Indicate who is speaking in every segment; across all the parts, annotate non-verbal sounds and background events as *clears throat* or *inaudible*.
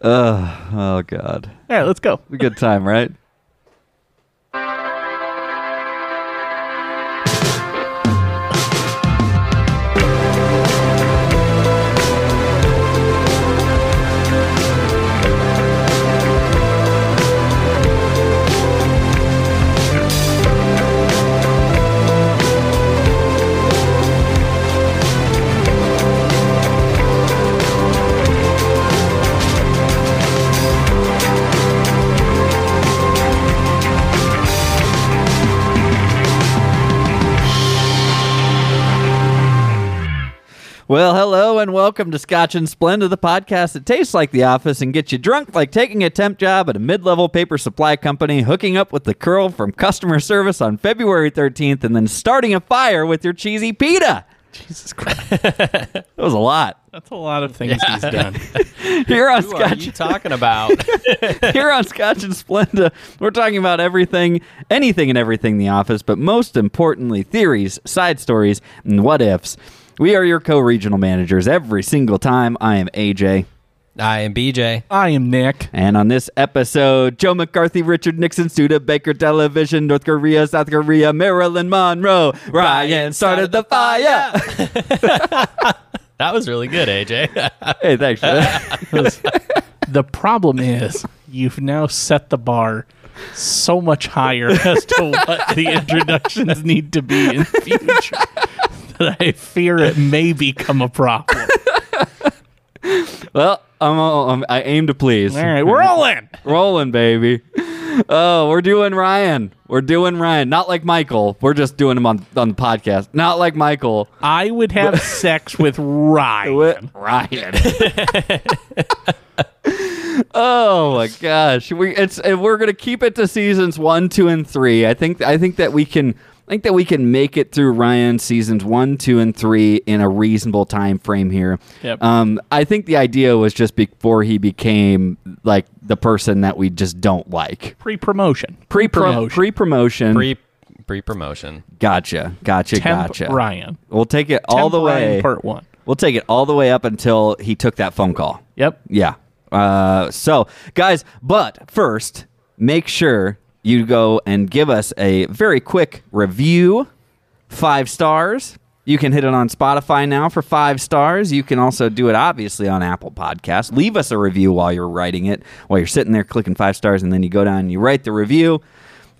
Speaker 1: Ugh, oh God,
Speaker 2: All right, let's go.
Speaker 1: a good time, right? Well, hello and welcome to Scotch and Splenda, the podcast that tastes like the office and gets you drunk like taking a temp job at a mid level paper supply company, hooking up with the curl from customer service on February 13th, and then starting a fire with your cheesy pita.
Speaker 2: Jesus Christ,
Speaker 1: *laughs* That was a lot.
Speaker 2: that's a lot of things *laughs* he's done.
Speaker 1: Here on
Speaker 3: Uh, Who are
Speaker 1: Scotch
Speaker 3: you talking about? *laughs*
Speaker 1: Here on Scotch and Splenda, we're talking about everything, anything and everything in the office, but most importantly, theories, side stories, and what ifs. We are your co regional managers every single time. I am AJ.
Speaker 3: I am BJ.
Speaker 2: I am Nick.
Speaker 1: And on this episode, Joe McCarthy, Richard Nixon, Studebaker Television, North Korea, South Korea, Marilyn Monroe, Ryan started the fire.
Speaker 3: That was really good, *laughs* AJ.
Speaker 1: hey, thanks for *laughs* that.
Speaker 2: The problem is you've now set the bar so much higher *laughs* as to what the introductions need to be in future that I fear it may become a problem.
Speaker 1: well, I'm, all, I'm I aim to please.
Speaker 2: *laughs* All right, we're all in.
Speaker 1: rolling, baby. Oh, we're doing Ryan. We're doing Ryan. Not like Michael. We're just doing him on, on the podcast. Not like Michael.
Speaker 2: I would have sex with Ryan.
Speaker 1: With Ryan. *laughs* oh my gosh. We it's and we're gonna keep it to seasons one, two, and three. I think I think that we can I think that we can make it through Ryan seasons one, two, and three in a reasonable time frame here.
Speaker 2: Yep.
Speaker 1: Um, I think the idea was just before he became like the person that we just don't like.
Speaker 2: Pre-promotion.
Speaker 1: Pre-promotion. Pre-promotion.
Speaker 3: Pre pre promotion.
Speaker 1: gotcha. Gotcha.
Speaker 2: Temp
Speaker 1: gotcha.
Speaker 2: Ryan.
Speaker 1: We'll take it all
Speaker 2: Temp
Speaker 1: the
Speaker 2: Ryan
Speaker 1: way.
Speaker 2: Part one.
Speaker 1: We'll take it all the way up until he took that phone call.
Speaker 2: Yep.
Speaker 1: Yeah. Uh, so, guys, but first, make sure you go and give us a very quick review, five stars. You can hit it on Spotify now for five stars. You can also do it, obviously, on Apple Podcasts. Leave us a review while you're writing it, while you're sitting there clicking five stars, and then you go down and you write the review.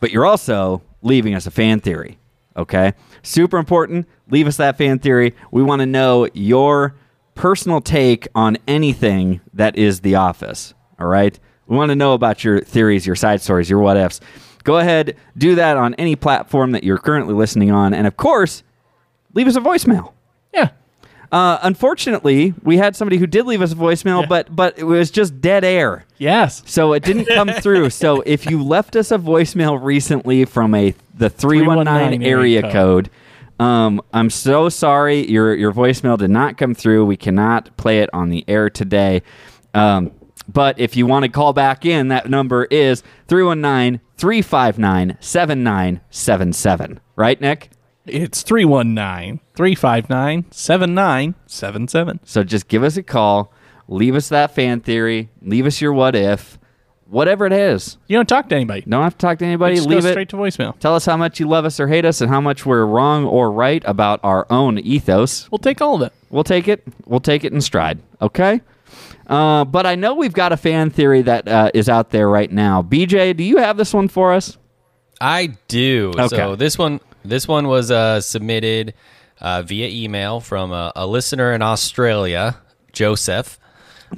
Speaker 1: But you're also leaving us a fan theory. Okay. Super important. Leave us that fan theory. We want to know your personal take on anything that is The Office. All right. We want to know about your theories, your side stories, your what ifs. Go ahead, do that on any platform that you're currently listening on. And of course, leave us a voicemail.
Speaker 2: Yeah.
Speaker 1: Uh, unfortunately, we had somebody who did leave us a voicemail,
Speaker 2: Yeah.
Speaker 1: but but it was just dead air.
Speaker 2: Yes.
Speaker 1: So it didn't come through. So if you left us a voicemail recently from a the 319 area
Speaker 2: area
Speaker 1: code, um, I'm so sorry. Your your voicemail did not come through. We cannot play it on the air today. Um, but if you want to call back in, that number is 319 359 7977. Right, Nick?
Speaker 2: It's 319 359 7977.
Speaker 1: So just give us a call. Leave us that fan theory. Leave us your what if. Whatever it is.
Speaker 2: You don't talk to anybody.
Speaker 1: Don't have to talk to anybody.
Speaker 2: Just
Speaker 1: Leave
Speaker 2: go
Speaker 1: it.
Speaker 2: straight to voicemail.
Speaker 1: Tell us how much you love us or hate us and how much we're wrong or right about our own ethos.
Speaker 2: We'll take all of it.
Speaker 1: We'll take it. We'll take it in stride. Okay? Uh, but I know we've got a fan theory that uh, is out there right now. BJ, do you have this one for us?
Speaker 3: I do.
Speaker 1: Okay.
Speaker 3: So this one this one was uh, submitted uh, via email from a, a listener in Australia, Joseph.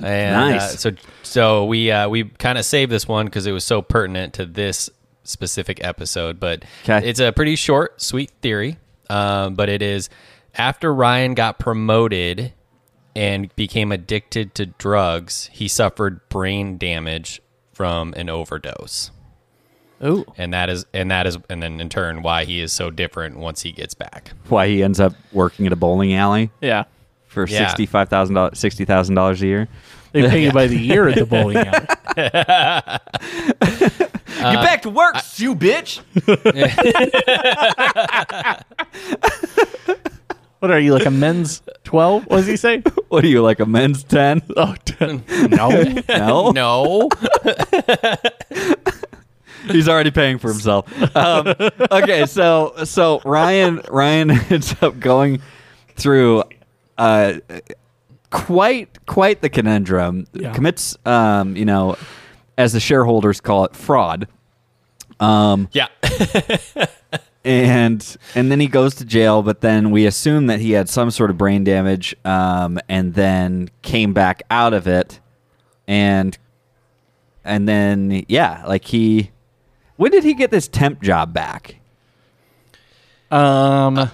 Speaker 3: And uh,
Speaker 1: Nice.
Speaker 3: so so we uh, we kind of saved this one because it was so pertinent to this specific episode. But
Speaker 1: 'Kay.
Speaker 3: it's a pretty short, sweet theory. Um, but it is after Ryan got promoted and became addicted to drugs, he suffered brain damage from an overdose
Speaker 2: Ooh.
Speaker 3: and that is and that is and then in turn why he is so different once he
Speaker 1: *laughs*
Speaker 3: gets back
Speaker 1: Why he ends up working at a bowling alley
Speaker 2: Yeah.
Speaker 1: for
Speaker 3: Yeah.
Speaker 1: $65,000 $60,000 a year?
Speaker 2: They pay you by the year at the bowling alley.
Speaker 1: Get back to work, you bitch.
Speaker 2: What are you like a men's twelve? What does he say?
Speaker 1: *laughs* What are you like a men's ten?
Speaker 2: Oh, ten. no.
Speaker 1: No,
Speaker 3: No.
Speaker 1: he's already paying for himself. Um, okay, so so Ryan Ryan *laughs* ends up going through uh, quite quite the conundrum.
Speaker 2: Yeah.
Speaker 1: Commits, um, you know, as the shareholders call it, fraud. Um,
Speaker 3: yeah.
Speaker 1: and and then he goes to jail but then we assume that he had some sort of brain damage um, and then came back out of it and and then yeah like he when did he get this temp job back
Speaker 2: Um,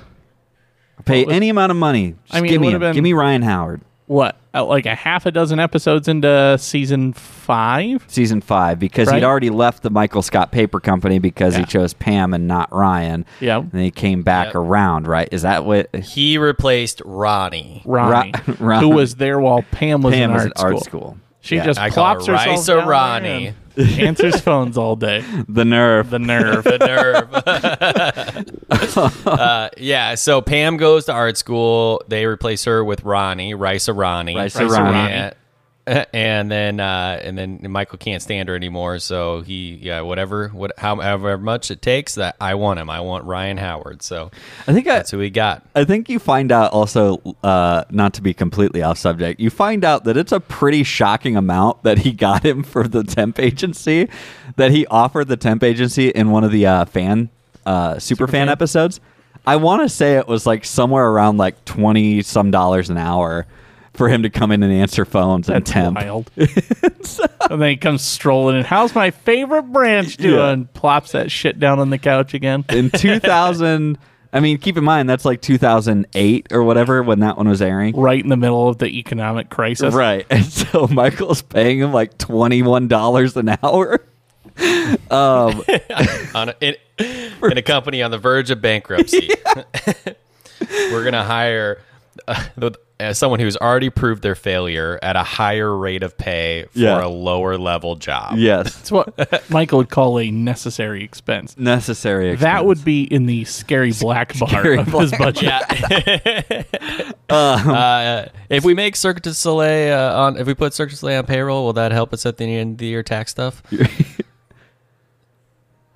Speaker 1: pay
Speaker 2: What was-
Speaker 1: any amount of money just
Speaker 2: I mean,
Speaker 1: give
Speaker 2: it
Speaker 1: me
Speaker 2: would've
Speaker 1: him.
Speaker 2: been-
Speaker 1: give me ryan howard
Speaker 2: what? uh, Like a half a dozen episodes into season five?
Speaker 1: season five because
Speaker 2: Right.
Speaker 1: he'd already left the michael scott paper company because he
Speaker 2: Yeah.
Speaker 1: chose pam and not ryan
Speaker 2: Yeah.
Speaker 1: and then he came back
Speaker 3: Yep.
Speaker 1: around right is that what
Speaker 3: He replaced Ronnie.
Speaker 2: Ronnie,
Speaker 1: Ron-
Speaker 2: who was there while Pam was,
Speaker 1: pam
Speaker 2: in,
Speaker 1: was
Speaker 2: art
Speaker 1: at art
Speaker 2: school.
Speaker 1: school
Speaker 2: She
Speaker 1: Yeah.
Speaker 2: just
Speaker 3: I call
Speaker 2: plops
Speaker 3: her
Speaker 2: herself
Speaker 3: Rice or
Speaker 2: down there
Speaker 3: Ronnie.
Speaker 2: and answers phones all day.
Speaker 1: the nerve
Speaker 2: The nerve.
Speaker 3: The nerve. *laughs* uh, yeah. So Pam goes to art school. They replace her with Ronnie, Rice Ronnie.
Speaker 1: Rice
Speaker 2: Rice
Speaker 1: Ronnie.
Speaker 3: And, and then uh, and then Michael can't stand her anymore. So he yeah whatever what however much it takes that I want him. I want Ryan Howard. So
Speaker 1: i think I,
Speaker 3: that's who we got.
Speaker 1: I think you find out also, uh, not to be completely off subject, you find out that it's a pretty shocking amount that he got him for the temp agency, that he offered the temp agency in one of the uh, fan, uh, super, fan, episodes. I want to say it was like somewhere around like 20 some dollars an hour for him to come in and answer phones and
Speaker 2: That's
Speaker 1: temp.
Speaker 2: wild. and then he comes strolling in. How's my favorite branch doing?
Speaker 1: Yeah.
Speaker 2: Plops that shit down on the couch again.
Speaker 1: In 2000, I mean, keep in mind that's like 2008 or whatever when that one was airing.
Speaker 2: Right in the middle of the economic crisis.
Speaker 1: Right. *laughs* And so Michael's paying him like $21 an hour.
Speaker 3: on a, in, in a company on the verge of bankruptcy. *laughs* We're gonna hire uh, the- uh, someone who's already proved their failure at a higher rate of pay for
Speaker 1: Yeah.
Speaker 3: a lower level job.
Speaker 1: Yes.
Speaker 2: It's what Michael would call a necessary expense.
Speaker 1: Necessary. Expense.
Speaker 2: That would be in the scary black bar
Speaker 1: Scary
Speaker 2: of his budget.
Speaker 3: *laughs* Uh, if we make Cirque du Soleil uh, on, if we put Cirque du Soleil on payroll, will that help us at the end of the year tax stuff?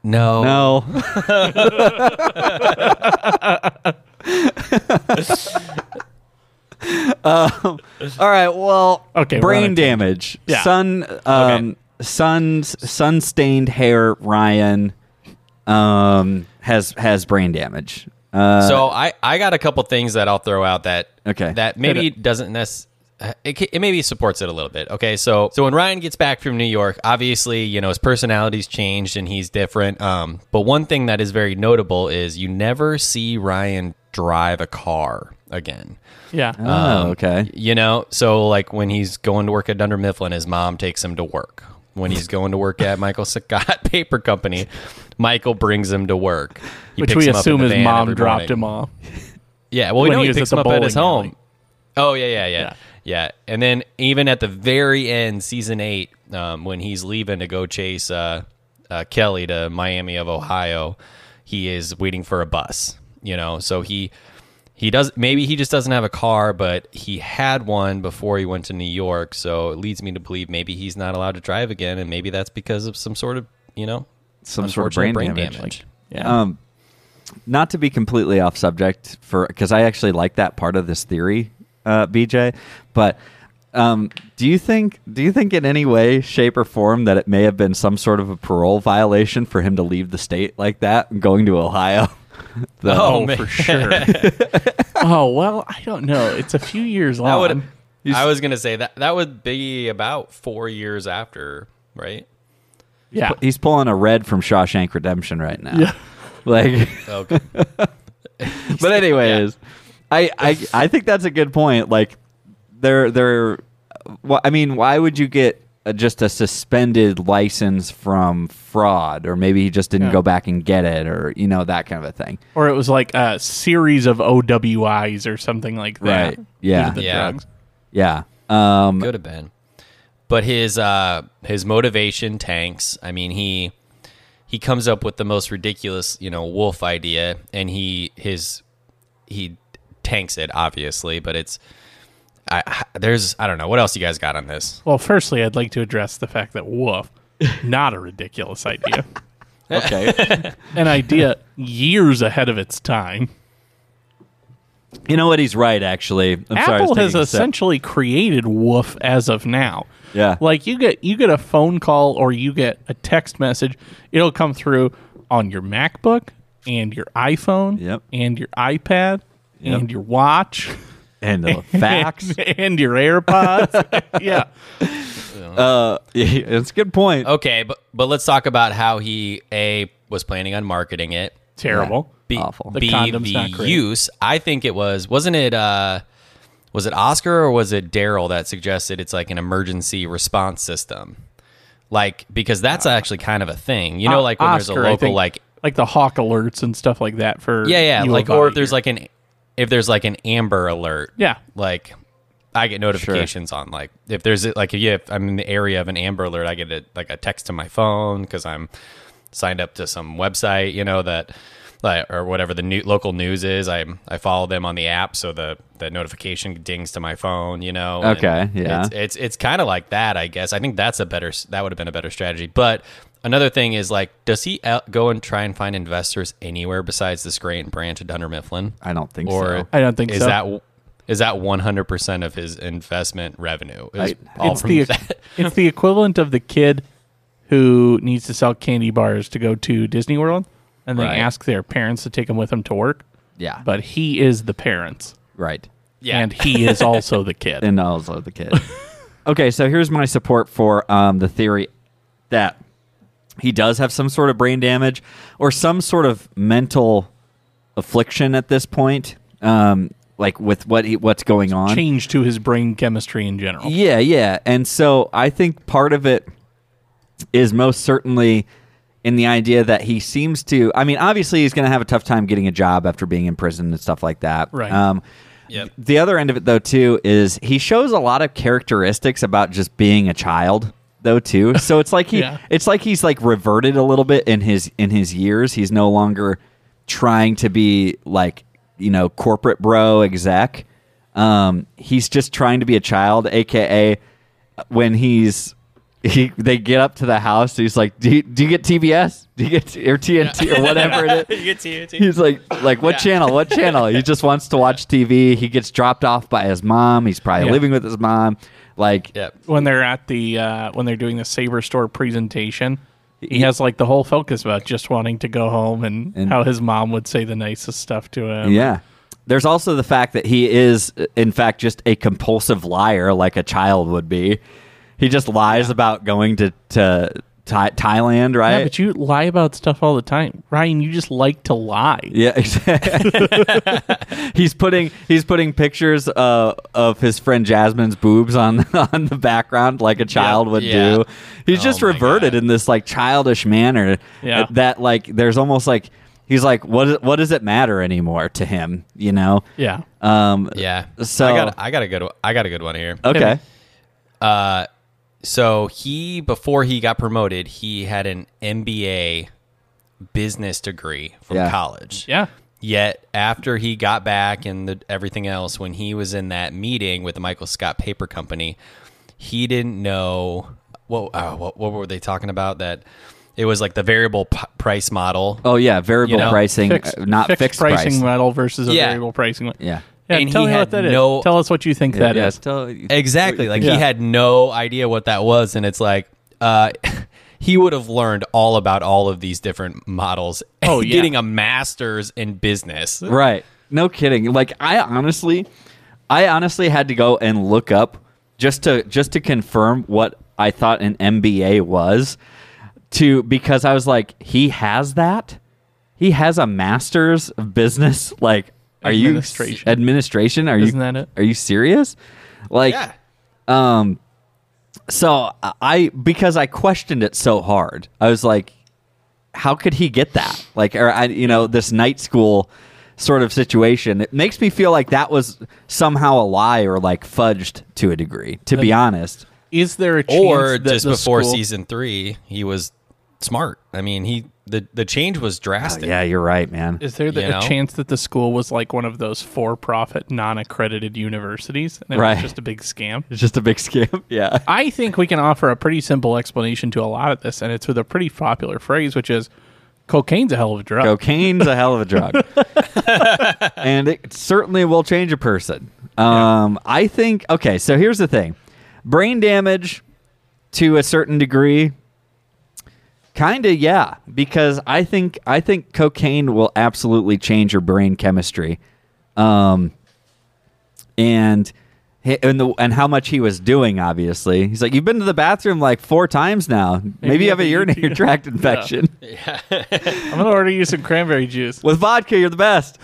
Speaker 3: no.
Speaker 1: *laughs*
Speaker 2: *laughs*
Speaker 1: No. Um, all right. Well,
Speaker 2: Okay, we're on a
Speaker 1: brain
Speaker 2: tangent.
Speaker 1: damage.
Speaker 2: Yeah.
Speaker 1: Sun, um, sun's sun stained hair. Ryan, um, has has brain damage. Uh,
Speaker 3: So I, I got a couple things that I'll throw out that
Speaker 1: Okay.
Speaker 3: that maybe doesn't necessarily it, ca- it maybe supports it a little bit. Okay, so so when Ryan gets back from New York, obviously you know his personality's changed and he's different. Um, but one thing that is very notable is you never see Ryan drive a car again.
Speaker 2: Yeah.
Speaker 1: oh, okay.
Speaker 3: You know, so like when he's going to work at Dunder Mifflin, his mom takes him to work. When he's going to work at Michael *laughs* Scott Paper Company, Michael brings him to work. He
Speaker 2: Which we
Speaker 3: picks him up in
Speaker 2: assume
Speaker 3: the
Speaker 2: his
Speaker 3: van
Speaker 2: mom
Speaker 3: every
Speaker 2: dropped
Speaker 3: morning.
Speaker 2: him off.
Speaker 3: Yeah, well, we
Speaker 2: when
Speaker 3: know
Speaker 2: he
Speaker 3: he,
Speaker 2: was at
Speaker 3: picks
Speaker 2: the
Speaker 3: him up at
Speaker 2: bowling
Speaker 3: his home. Oh yeah, yeah, yeah, yeah, And then even at the very end, season eight, um, when he's leaving to go chase uh, uh, Kelly to Miami of Ohio, he is waiting for a bus. You know, so he he does maybe he just doesn't have a car, but he had one before he went to New York. So it leads me to believe maybe he's not allowed to drive again, and maybe that's because of some sort of you know
Speaker 1: Some sort of
Speaker 3: unfortunate
Speaker 1: brain,
Speaker 3: brain
Speaker 1: damage.
Speaker 3: damage.
Speaker 2: Yeah.
Speaker 1: Um, not to be completely off subject for because I actually like that part of this theory, uh, BJ. But um, do you think do you think in any way, shape, or form that it may have been some sort of a parole violation for him to leave the state like that, and going to Ohio? *laughs* The-
Speaker 3: Oh,
Speaker 2: oh,
Speaker 3: man.
Speaker 2: for sure. *laughs* oh, well, I don't know. It's a few years
Speaker 3: I
Speaker 2: long.
Speaker 3: would. I was gonna say that that would be about four years after, right?
Speaker 2: yeah.
Speaker 1: he's pulling a red from Shawshank Redemption right now.
Speaker 2: Yeah.
Speaker 1: Like,
Speaker 3: *laughs* Okay.
Speaker 1: *laughs* but anyways, I, I I think that's a good point. Like, they're they're, wh- I mean, why would you get a, just a suspended license from fraud, or maybe he just didn't
Speaker 2: Yeah.
Speaker 1: go back and get it, or you know that kind of a thing.
Speaker 2: Or it was like a series of OWIs or something like that.
Speaker 1: Right. Yeah.
Speaker 2: Due to the
Speaker 3: Yeah.
Speaker 2: drugs.
Speaker 1: Yeah. Um.
Speaker 3: Could have been. But his uh his motivation tanks. I mean, he he comes up with the most ridiculous, you know, wolf idea and he his he tanks it obviously, but it's I there's I don't know what else you guys got on this.
Speaker 2: Well, firstly, I'd like to address the fact that woof, not a
Speaker 1: *laughs*
Speaker 2: ridiculous idea.
Speaker 1: Okay.
Speaker 2: An idea years ahead of its time.
Speaker 1: you know what? He's right, actually. I'm sorry. I
Speaker 2: Apple
Speaker 1: was
Speaker 2: has
Speaker 1: taking a sip.
Speaker 2: essentially created woof as of now.
Speaker 1: Yeah.
Speaker 2: *laughs* Like you get you get a phone call or you get a text message, it'll come through on your MacBook and your iPhone
Speaker 1: Yep.
Speaker 2: and your iPad
Speaker 1: Yep.
Speaker 2: and your watch
Speaker 1: and
Speaker 2: *laughs*
Speaker 1: the facts.
Speaker 2: and, and your AirPods. *laughs* yeah.
Speaker 1: uh, *laughs* it's a good point.
Speaker 2: Oh,
Speaker 3: Okay, but but let's talk about how he a was planning on marketing it.
Speaker 2: Terrible.
Speaker 3: B,
Speaker 1: Awful.
Speaker 2: The
Speaker 3: B,
Speaker 2: condom's not great.
Speaker 3: use. I think it was wasn't it uh was it Oscar or was it Daryl that suggested it's like an emergency response system? Like because that's actually kind of a thing. You know
Speaker 2: O-
Speaker 3: like when
Speaker 2: Uh, Oscar,
Speaker 3: there's a
Speaker 2: I
Speaker 3: local
Speaker 2: think,
Speaker 3: like
Speaker 2: like the hawk alerts and stuff like that for
Speaker 3: yeah yeah
Speaker 2: U
Speaker 3: like
Speaker 2: of I
Speaker 3: or if there's
Speaker 2: here.
Speaker 3: like an if there's like an amber alert
Speaker 2: Yeah.
Speaker 3: like I get notifications on like if there's like if, yeah, if I'm in the area of an Amber Alert, I get a, like a text to my phone because I'm signed up to some website, you know that like, or whatever the new local news is. I I follow them on the app, so the the notification dings to my phone, you know. and
Speaker 1: Okay, yeah.
Speaker 3: It's it's, it's kind of like that, I guess. I think that's a better s- that would have been a better strategy, but. Another thing is like, does he out, go and try and find investors anywhere besides this Grant branch at Dunder Mifflin?
Speaker 1: I don't think so.
Speaker 3: or
Speaker 2: I don't think
Speaker 3: is
Speaker 2: so.
Speaker 3: that is that one hundred percent of his investment revenue? Is all
Speaker 2: it's
Speaker 3: from
Speaker 2: the
Speaker 3: that? *laughs*
Speaker 2: it's the equivalent of the kid who needs to sell candy bars to go to Disney World, and they
Speaker 1: Right.
Speaker 2: ask their parents to take them with them to work.
Speaker 1: Yeah.
Speaker 2: But he is the parents,
Speaker 1: right.
Speaker 3: Yeah,
Speaker 2: and he is also the
Speaker 3: *laughs*
Speaker 2: kid.
Speaker 1: And also the kid. *laughs* okay, so here's my support for um, the theory that he does have some sort of brain damage or some sort of mental affliction at this point, um, like with what he, what's going on.
Speaker 2: Change to his brain chemistry in general.
Speaker 1: Yeah, yeah. And so I think part of it is most certainly in the idea that he seems to. I mean, obviously, he's going to have a tough time getting a job after being in prison and stuff like that.
Speaker 2: Right.
Speaker 1: Um,
Speaker 3: Yep.
Speaker 1: The other end of it, though, too, is he shows a lot of characteristics about just being a child, though, too. So it's like he,
Speaker 2: Yeah.
Speaker 1: it's like he's like reverted a little bit in his in his years. He's no longer trying to be like you know corporate bro exec. Um, he's just trying to be a child, aka when he's he they get up to the house. He's like, do you, do you get TBS? Do you get t- or TNT or whatever it
Speaker 2: *laughs*
Speaker 1: is? He's like, like what channel? What channel? He just wants to watch TV. He gets dropped off by his mom. He's probably
Speaker 2: Yeah.
Speaker 1: living with his mom. Like,
Speaker 3: Yep.
Speaker 2: When they're at the uh, when they're doing the Saber Store presentation, he has like the whole focus about just wanting to go home and,
Speaker 1: And-
Speaker 2: how his mom would say the nicest stuff to him.
Speaker 1: Yeah. There's also the fact that he is, in fact, just a compulsive liar like a child would be. He just lies about going to, to Thai Thailand, right?
Speaker 2: Yeah, but you lie about stuff all the time, Ryan. You just like to lie.
Speaker 1: Yeah, *laughs* exactly. *laughs* he's putting he's putting pictures uh, of his friend Jasmine's boobs on *laughs* on the background like a child would
Speaker 3: yeah.
Speaker 1: do. He's
Speaker 3: Oh
Speaker 1: just
Speaker 3: my
Speaker 1: reverted
Speaker 3: God.
Speaker 1: in this like childish manner
Speaker 2: Yeah.
Speaker 1: that like there's almost like he's like what what does it matter anymore to him, you know?
Speaker 2: Yeah.
Speaker 1: Um
Speaker 3: yeah.
Speaker 1: So-
Speaker 3: I got I got a good one- I got a good one here.
Speaker 1: okay.
Speaker 3: So he before he got promoted, he had an MBA business degree from
Speaker 1: Yeah.
Speaker 3: college.
Speaker 2: Yeah.
Speaker 3: Yet after he got back and the, everything else, when he was in that meeting with the Michael Scott Paper Company, he didn't know what uh, what, what were they talking about? That it was like the variable p- price model.
Speaker 1: Oh yeah, variable
Speaker 3: You know,
Speaker 1: pricing,
Speaker 2: Fixed,
Speaker 1: uh, not fixed,
Speaker 2: pricing
Speaker 1: price.
Speaker 2: model versus a
Speaker 3: Yeah.
Speaker 2: variable pricing. one.
Speaker 1: Yeah.
Speaker 2: Yeah,
Speaker 3: And
Speaker 2: tell
Speaker 3: he
Speaker 2: me what
Speaker 3: had
Speaker 2: that is.
Speaker 3: no-
Speaker 2: Tell us what you think that is.
Speaker 1: yeah, still-
Speaker 3: Exactly. Like
Speaker 2: Yeah.
Speaker 3: he had no idea what that was, and it's like uh, *laughs* he would have learned all about all of these different models.
Speaker 2: Oh, yeah.
Speaker 3: *laughs* getting a master's in business.
Speaker 1: Right. No kidding. Like I honestly I honestly had to go and look up just to just to confirm what I thought an MBA was to because I was like he has that? He has a master's of business like are you
Speaker 2: Administration.
Speaker 1: administration? Are
Speaker 2: Isn't
Speaker 1: you
Speaker 2: that it?
Speaker 1: Are you serious? Like
Speaker 3: Yeah.
Speaker 1: um so I because I questioned it so hard. I was like how could he get that? Like, or I, you know, this night school sort of situation. It makes me feel like that was somehow a lie or like fudged to a degree. To be honest,
Speaker 2: Is there a chance
Speaker 3: Or
Speaker 2: that
Speaker 3: just
Speaker 2: the
Speaker 3: before
Speaker 2: school-
Speaker 3: season three, he was smart. I mean, he the the change was drastic.
Speaker 1: Yeah, you're right, man.
Speaker 2: Is there the,
Speaker 3: You know?
Speaker 2: a chance that the school was like one of those for-profit, non-accredited universities, and it
Speaker 1: Right.
Speaker 2: was just a big scam?
Speaker 1: It's just a big scam. *laughs* Yeah.
Speaker 2: I think we can offer a pretty simple explanation to a lot of this, and it's with a pretty popular phrase, which is, "Cocaine's a hell of a drug."
Speaker 1: Cocaine's a hell of a *laughs* drug. and it certainly will change a person. Um, I think, okay, so here's the thing brain damage to a certain degree. Kinda, yeah, because I think I think cocaine will absolutely change your brain chemistry, um, and he- and the and how much he was doing. Obviously, he's like, you've been to the bathroom like four times now. Maybe, you have a urinary tract *laughs* infection.
Speaker 2: I'm gonna order you some cranberry juice.
Speaker 1: With vodka, you're the best.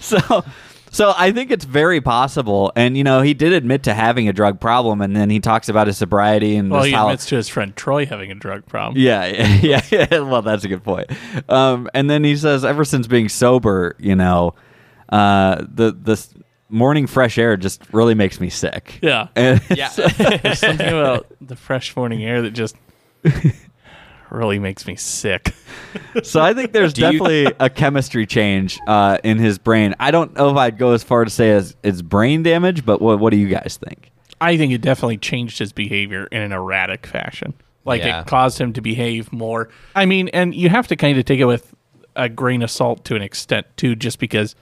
Speaker 1: *laughs* so, so I think it's very possible. And you know, he did admit to having a drug problem, and then he talks about his sobriety and
Speaker 2: Well,
Speaker 1: just
Speaker 2: he
Speaker 1: how. *laughs*
Speaker 2: admits to his friend Troy having a drug problem.
Speaker 1: yeah, yeah, yeah. *laughs* Well, that's a good point. Um, and then he says, ever since being sober, you know, uh, the the s- morning fresh air just really makes me sick.
Speaker 2: Yeah.
Speaker 1: *laughs* And
Speaker 2: There's something about the fresh morning air
Speaker 1: *laughs*
Speaker 2: that just really makes me sick.
Speaker 1: So I think *laughs* there's
Speaker 3: you-
Speaker 1: definitely a chemistry change uh, in his brain. I don't know if I'd go as far to say as it's brain damage, but what, what do you guys think?
Speaker 2: I think it definitely changed his behavior in an erratic fashion. Like
Speaker 3: Yeah.
Speaker 2: it caused him to behave more. I mean, and you have to kind of take it with a grain of salt to an extent too, just because,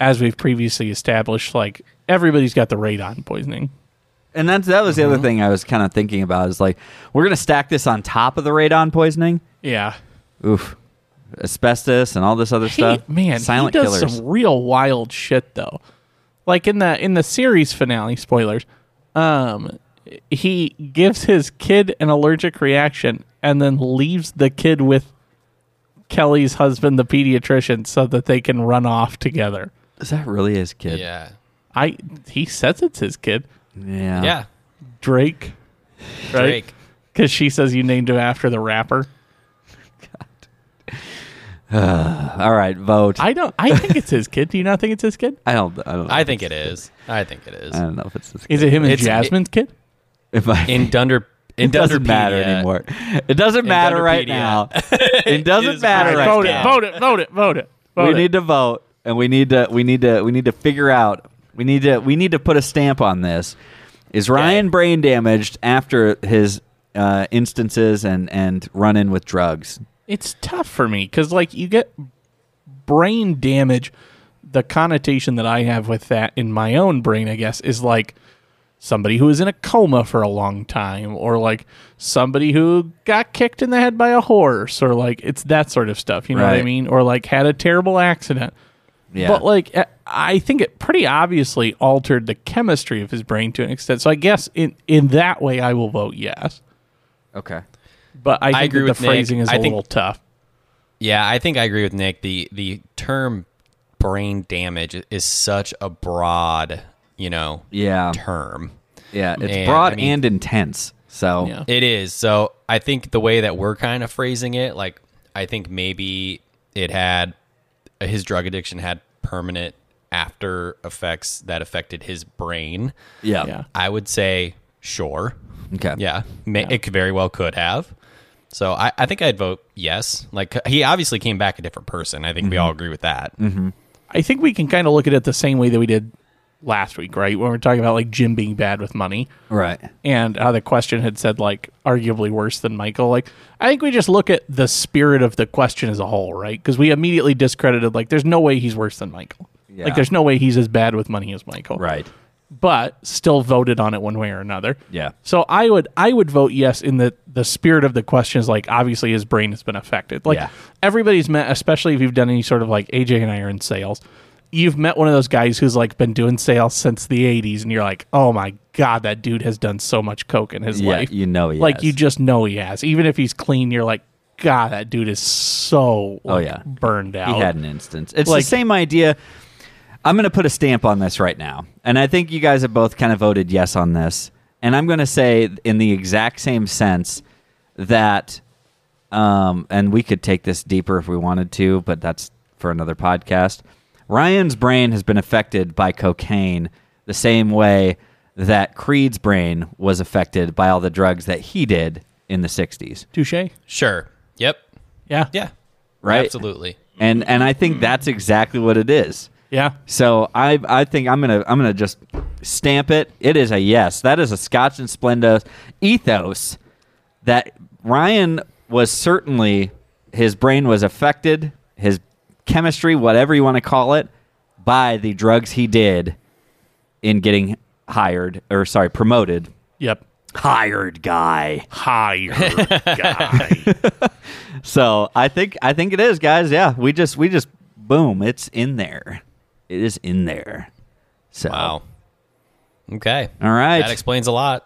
Speaker 2: as we've previously established, like everybody's got the radon poisoning.
Speaker 1: And that's that was the other thing I was kind of thinking about is like we're gonna stack this on top of the radon poisoning.
Speaker 2: Yeah,
Speaker 1: Oof, asbestos and all this other
Speaker 2: he,
Speaker 1: stuff.
Speaker 2: man,
Speaker 1: silent
Speaker 2: he does
Speaker 1: killers.
Speaker 2: some real wild shit though. Like in the in the series finale, spoilers. Um, he gives his kid an allergic reaction and then leaves the kid with Kelly's husband, the pediatrician, so that they can run off together.
Speaker 1: Is that really his kid?
Speaker 3: yeah,
Speaker 2: I he says it's his kid,
Speaker 1: Yeah.
Speaker 3: yeah.
Speaker 2: Drake, right?
Speaker 3: Drake.
Speaker 2: Because she says you named him after the rapper.
Speaker 1: All right. Vote. I,
Speaker 2: I don't. I think it's his kid. Do you not think it's his kid?
Speaker 1: don't. I don't. Know
Speaker 3: I
Speaker 1: if
Speaker 3: think
Speaker 1: it's
Speaker 3: it
Speaker 1: his
Speaker 3: is. I think it is.
Speaker 1: kid. I don't know if it's his.
Speaker 2: Is
Speaker 1: kid.
Speaker 2: it him and
Speaker 3: It's-
Speaker 2: Jasmine's kid?
Speaker 1: If I
Speaker 3: in Dunder,
Speaker 1: *laughs*
Speaker 3: in
Speaker 1: it doesn't
Speaker 3: Dunderpedia,
Speaker 1: matter anymore. It doesn't matter right
Speaker 2: *laughs*
Speaker 3: Dunderpedia.
Speaker 1: now. It doesn't
Speaker 3: is
Speaker 1: matter
Speaker 3: right
Speaker 1: right
Speaker 2: vote,
Speaker 1: now.
Speaker 2: it, vote it. Vote it. Vote it. Vote
Speaker 1: we
Speaker 2: it.
Speaker 1: need to vote and we need to we need to we need to figure out we need to we need to put a stamp on this is ryan brain damaged after his uh, instances and and run in with drugs
Speaker 2: it's tough for me because like you get brain damage the connotation that i have with that in my own brain i guess is like somebody who is in a coma for a long time or like somebody who got kicked in the head by a horse or like it's that sort of stuff you know what i
Speaker 1: Right.
Speaker 2: mean or like had a terrible accident
Speaker 1: yeah
Speaker 2: but like I- I think it pretty obviously altered the chemistry of his brain to an extent. So I guess in in that way I will vote yes.
Speaker 1: okay
Speaker 2: But I think
Speaker 3: agree
Speaker 2: that
Speaker 3: with
Speaker 2: the
Speaker 3: Nick.
Speaker 2: phrasing is a
Speaker 3: I think-
Speaker 2: little tough.
Speaker 3: Yeah, I think I agree with Nick. The the term brain damage is such a broad, you know,
Speaker 1: yeah
Speaker 3: term.
Speaker 1: yeah it's
Speaker 3: Man,
Speaker 1: broad
Speaker 3: I mean-
Speaker 1: and intense so
Speaker 2: Yeah.
Speaker 3: It is. So I think the way that we're kind of phrasing it, like I think maybe it had his drug addiction had permanent after effects that affected his brain.
Speaker 1: yeah
Speaker 2: Yeah.
Speaker 3: I would say sure.
Speaker 1: okay
Speaker 3: Yeah, may, it could very well could have. So I, I think I'd vote yes. Like he obviously came back a different person. I think we all agree with that.
Speaker 2: I think we can kind of look at it the same way that we did last week, right? When we are talking about like Jim being bad with money
Speaker 1: right
Speaker 2: and how the question had said like arguably worse than Michael. Like I think we just look at the spirit of the question as a whole, right? Because we immediately discredited like there's no way he's worse than Michael.
Speaker 1: Yeah.
Speaker 2: Like there's no way he's as bad with money as Michael.
Speaker 1: right
Speaker 2: But still voted on it one way or another.
Speaker 1: yeah
Speaker 2: So I would I would vote yes in the the spirit of the question is like obviously his brain has been affected. Like
Speaker 1: Yeah.
Speaker 2: everybody's met, especially if you've done any sort of like AJ and I are in sales. You've met one of those guys who's like been doing sales since the '80s, and you're like, oh my god, that dude has done so much coke in his
Speaker 1: Yeah,
Speaker 2: life.
Speaker 1: you know he
Speaker 2: like
Speaker 1: has.
Speaker 2: you just know he has. Even if he's clean, you're like, God, that dude is so like,
Speaker 1: Oh, yeah.
Speaker 2: burned out.
Speaker 1: He had an instance. It's
Speaker 2: Like-
Speaker 1: the same idea. I'm going to put a stamp on this right now. And I think you guys have both kind of voted yes on this. And I'm going to say, in the exact same sense, that, um, and we could take this deeper if we wanted to, but that's for another podcast. Ryan's brain has been affected by cocaine the same way that Creed's brain was affected by all the drugs that he did in the 60s,
Speaker 2: Touche. Yeah.
Speaker 3: Sure. Yep.
Speaker 2: Yeah.
Speaker 3: Yeah.
Speaker 1: right?
Speaker 3: Absolutely.
Speaker 1: And and I think that's exactly what it is.
Speaker 2: Yeah.
Speaker 1: So I I think I'm gonna I'm gonna just stamp it. It is a yes. That is a Scotch and Splenda ethos that Ryan was certainly his brain was affected, his chemistry, whatever you want to call it, by the drugs he did in getting hired or sorry, promoted.
Speaker 2: Yep.
Speaker 1: Hired guy.
Speaker 2: *laughs* Higher guy.
Speaker 1: So I think I think it is, guys. Yeah. We just we just boom, it's in there. It is in there. So
Speaker 3: Wow. Okay.
Speaker 1: All right.
Speaker 3: That explains a lot.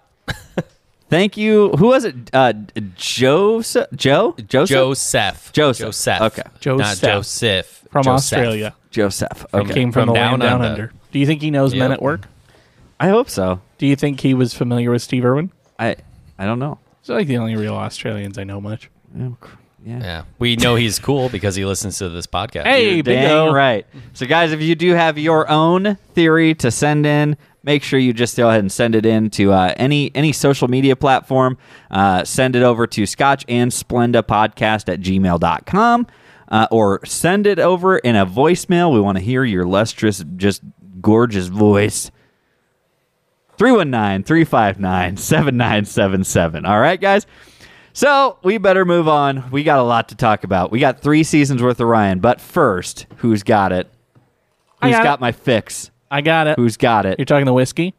Speaker 1: Thank you. Who was it? Uh, Joseph? Joe? Joseph?
Speaker 3: Joseph.
Speaker 1: Joseph.
Speaker 3: Joseph.
Speaker 1: Okay.
Speaker 3: Not
Speaker 2: Joseph.
Speaker 3: Joseph.
Speaker 2: From
Speaker 3: Joseph.
Speaker 2: Australia.
Speaker 1: Joseph. Okay.
Speaker 2: Came from,
Speaker 3: From
Speaker 2: the
Speaker 3: down
Speaker 2: land down
Speaker 3: under.
Speaker 2: under. Do you think he knows men
Speaker 3: Yep.
Speaker 2: at work?
Speaker 1: I hope so.
Speaker 2: Do you think he was familiar with Steve Irwin?
Speaker 1: I I don't know.
Speaker 2: He's like the only real Australians I know much.
Speaker 1: Yeah. cr- yeah.
Speaker 3: Yeah. We know he's cool because he listens to this podcast.
Speaker 2: Hey, bingo.
Speaker 1: Dang right. So, guys, if you do have your own theory to send in, make sure you just go ahead and send it in to uh, any any social media platform. Uh, send it over to Scotch and Splenda Podcast at gmail.com uh, or send it over in a voicemail. We want to hear your lustrous, just gorgeous voice. 319 359 7977. All right, guys. So we better move on. We got a lot to talk about. We got three seasons worth of Ryan, but first, who's got it?
Speaker 2: I
Speaker 1: Who's
Speaker 2: got
Speaker 1: got
Speaker 2: it.
Speaker 1: my fix?
Speaker 2: I got it.
Speaker 1: Who's got
Speaker 2: You're
Speaker 1: it?
Speaker 2: talking the
Speaker 3: *laughs*
Speaker 2: whiskey?